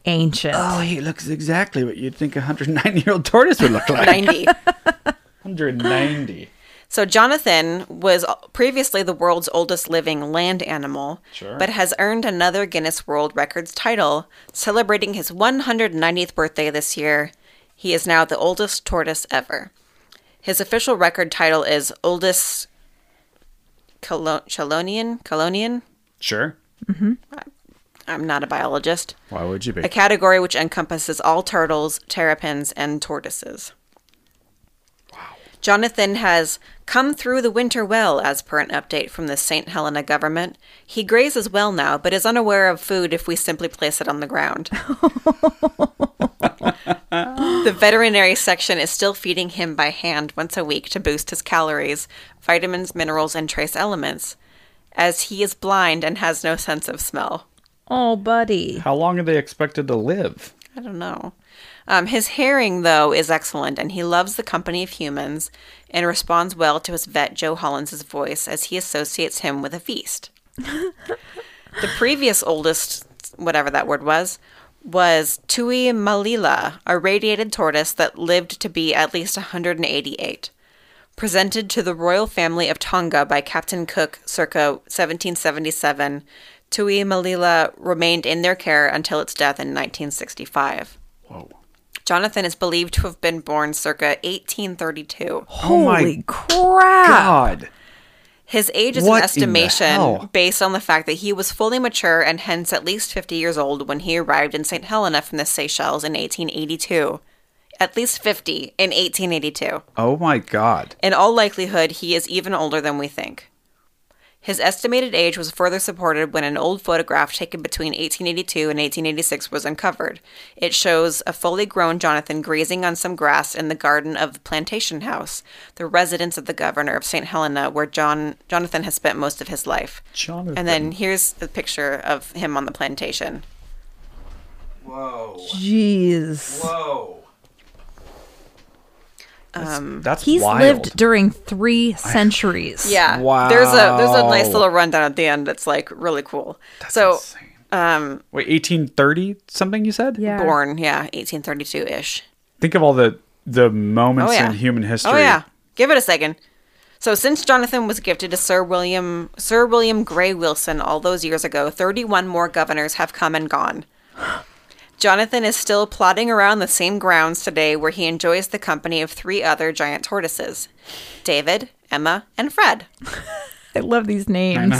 ancient.
Oh, he looks exactly what you'd think a 190 year old tortoise would look like.
90.
190.
So Jonathan was previously the world's oldest living land animal,
Sure.
but has earned another Guinness World Records title, celebrating his 190th birthday this year. He is now the oldest tortoise ever. His official record title is oldest Colo- Chelonian. Chelonian.
Sure.
I'm not a biologist.
Why would you be?
A category which encompasses all turtles, terrapins, and tortoises. Jonathan has come through the winter well, as per an update from the St. Helena government. He grazes well now, but is unaware of food if we simply place it on the ground. the veterinary section is still feeding him by hand once a week to boost his calories, vitamins, minerals, and trace elements, as he is blind and has no sense of smell.
Oh, buddy.
How long are they expected to live?
I don't know. Um, his hearing, though, is excellent, and he loves the company of humans and responds well to his vet, Joe Hollins's voice, as he associates him with a feast. the previous oldest, whatever that word was, was Tui Malila, a radiated tortoise that lived to be at least 188. Presented to the royal family of Tonga by Captain Cook circa 1777, Tui Malila remained in their care until its death in 1965.
Whoa.
Jonathan is believed to have been born circa 1832.
Holy crap.
Oh God.
His age is
What in
an
the
estimation
hell?
based on the fact that he was fully mature and hence at least 50 years old when he arrived in St. Helena from the Seychelles in 1882. At least 50 in 1882.
Oh my God.
In all likelihood, he is even older than we think. His estimated age was further supported when an old photograph taken between 1882 and 1886 was uncovered. It shows a fully grown Jonathan grazing on some grass in the garden of the plantation house, the residence of the governor of St. Helena, where John Jonathan has spent most of his life.
Jonathan.
And then here's a picture of him on the plantation.
Whoa.
Jeez.
Whoa. Um, that's
He's
wild.
lived during three centuries.
Yeah. There's a there's a nice
Wow.
little rundown at the end that's like really cool. so
Insane. Wait, 1830 something you said?
Yeah.
born, yeah, 1832 ish.
Think of all the the moments
Oh yeah,
in human history.
Oh yeah, give it a second. So since Jonathan was gifted to Sir William Sir William Grey Wilson all those years ago, 31 more governors have come and gone. Jonathan is still plodding around the same grounds today where he enjoys the company of three other giant tortoises. David, Emma, and Fred.
I love these names.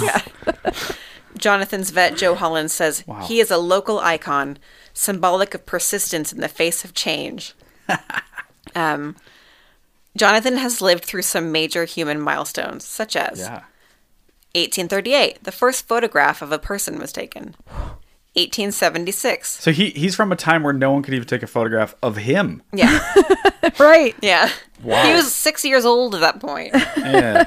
Jonathan's vet, Joe Holland, says he is a local icon, symbolic of persistence in the face of change. um, Jonathan has lived through some major human milestones, such as
Yeah.
1838, the first photograph of a person was taken, 1876.
So he he's from a time where no one could even take a photograph of him.
Yeah,
Right.
yeah. He was six years old at that point.
Yeah.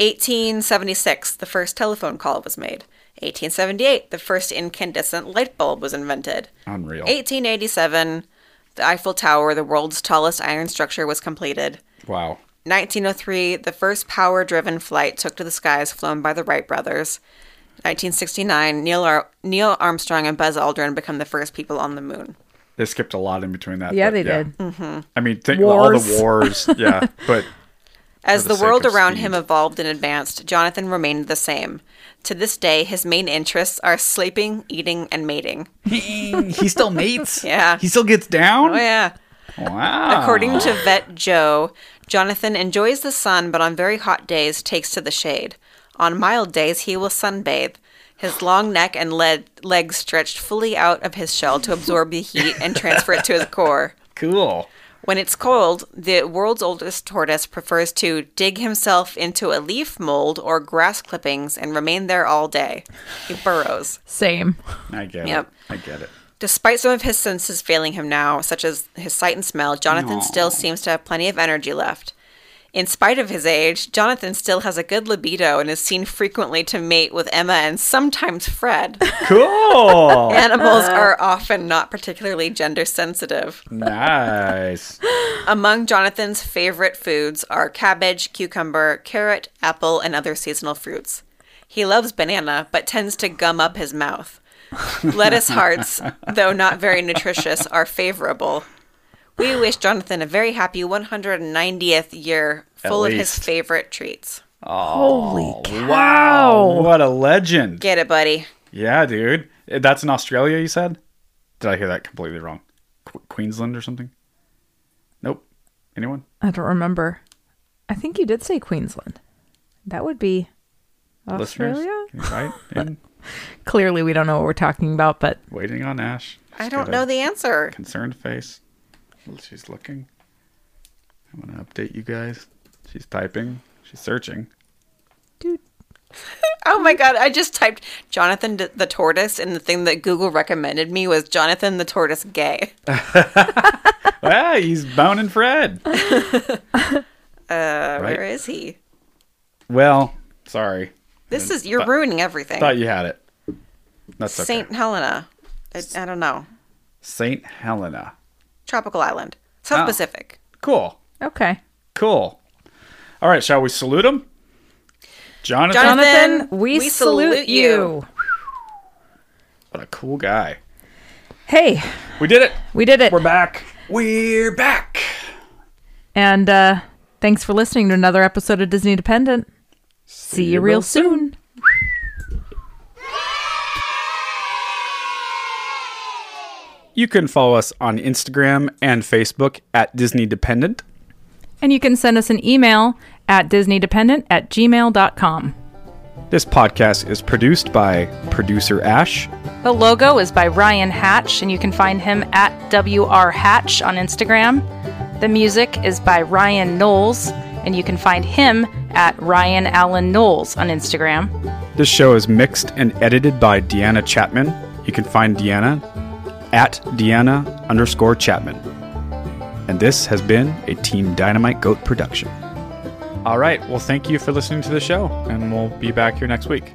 1876, the first telephone call was made. 1878, the first incandescent light bulb was invented.
Unreal.
1887, the Eiffel Tower, the world's tallest iron structure, was completed.
Wow.
1903, the first power driven flight took to the skies flown by the Wright brothers. 1969, Neil, Ar- Neil Armstrong and Buzz Aldrin become the first people on the moon.
They skipped a lot in between that.
Yeah,
but
they did.
Mm.
I mean, think all the
Wars.
wars. Yeah, but
As
the
the,
sake
world
of
around
speed.
him evolved and advanced, Jonathan remained the same. To this day, his main interests are sleeping, eating, and mating.
he still mates.
Yeah.
he still gets down.
Oh, yeah.
Wow.
According to vet Joe, Jonathan enjoys the sun, but on very hot days takes to the shade. On mild days, he will sunbathe, his long neck and le- legs stretched fully out of his shell to absorb the heat and transfer it to his core.
cool.
When it's cold, the world's oldest tortoise prefers to dig himself into a leaf mold or grass clippings and remain there all day. He burrows.
Same.
I get
Yep.
it. I get it.
Despite some of his senses failing him now, such as his sight and smell, Jonathan still seems to have plenty of energy left. In spite of his age, Jonathan still has a good libido and is seen frequently to mate with Emma and sometimes Fred.
Cool.
Animals are often not particularly gender sensitive.
nice.
Oh. Among Jonathan's favorite foods are cabbage, cucumber, carrot, apple, and other seasonal fruits. He loves banana, but tends to gum up his mouth. Lettuce hearts, though not very nutritious, are favorable. We wish Jonathan a very happy 190th year full of his
least.
favorite treats.
Holy cow.
Wow. Oh, What a legend.
Get it, buddy.
Yeah, dude. That's in Australia, you said? Did I hear that completely wrong? Qu- Queensland or something? Nope. Anyone?
I don't remember. I think you did say Queensland. That would be
Listeners?
Australia.
Can you write in?
Clearly, we don't know what we're talking about, but
Waiting on Ash.
I
She's
don't
got a
know the answer.
concerned face. She's looking. I'm going to update you guys. She's typing. She's searching.
dude,
Oh my god, I just typed Jonathan d- the tortoise, and the thing that Google recommended me was Jonathan the tortoise gay.
ah, he's boning Fred.
Uh,
Right.
Where is he?
Well, sorry.
This is you're
thought-
ruining everything.
Thought you had it. That's okay.
Saint Helena. I, I don't know.
Saint Helena.
Tropical island. South
Oh.
Pacific.
Cool.
okay,
Cool. All right, shall we salute him? Jonathan,
Jonathan-
Jonathan, we,
we
salute,
salute
you.
you.
what a cool guy.
Hey,
We did it.
we did it,
We're back. We're back.
and uh, thanks for listening to another episode of Disney Dependent. See, you real soon.
You can follow us on Instagram and Facebook at Disney Dependent.
And you can send us an email at disneydependent at gmail.com.
This podcast is produced by producer Ash.
The logo is by Ryan Hatch, and you can find him at WR Hatch on Instagram. The music is by Ryan Knowles, and you can find him at Ryan Allen Knowles on Instagram.
This show is mixed and edited by Deanna Chapman. You can find Deanna at Deanna underscore Chapman. And this has been a Team Dynamite Goat production. All right. Well, thank you for listening to the show, and we'll be back here next week.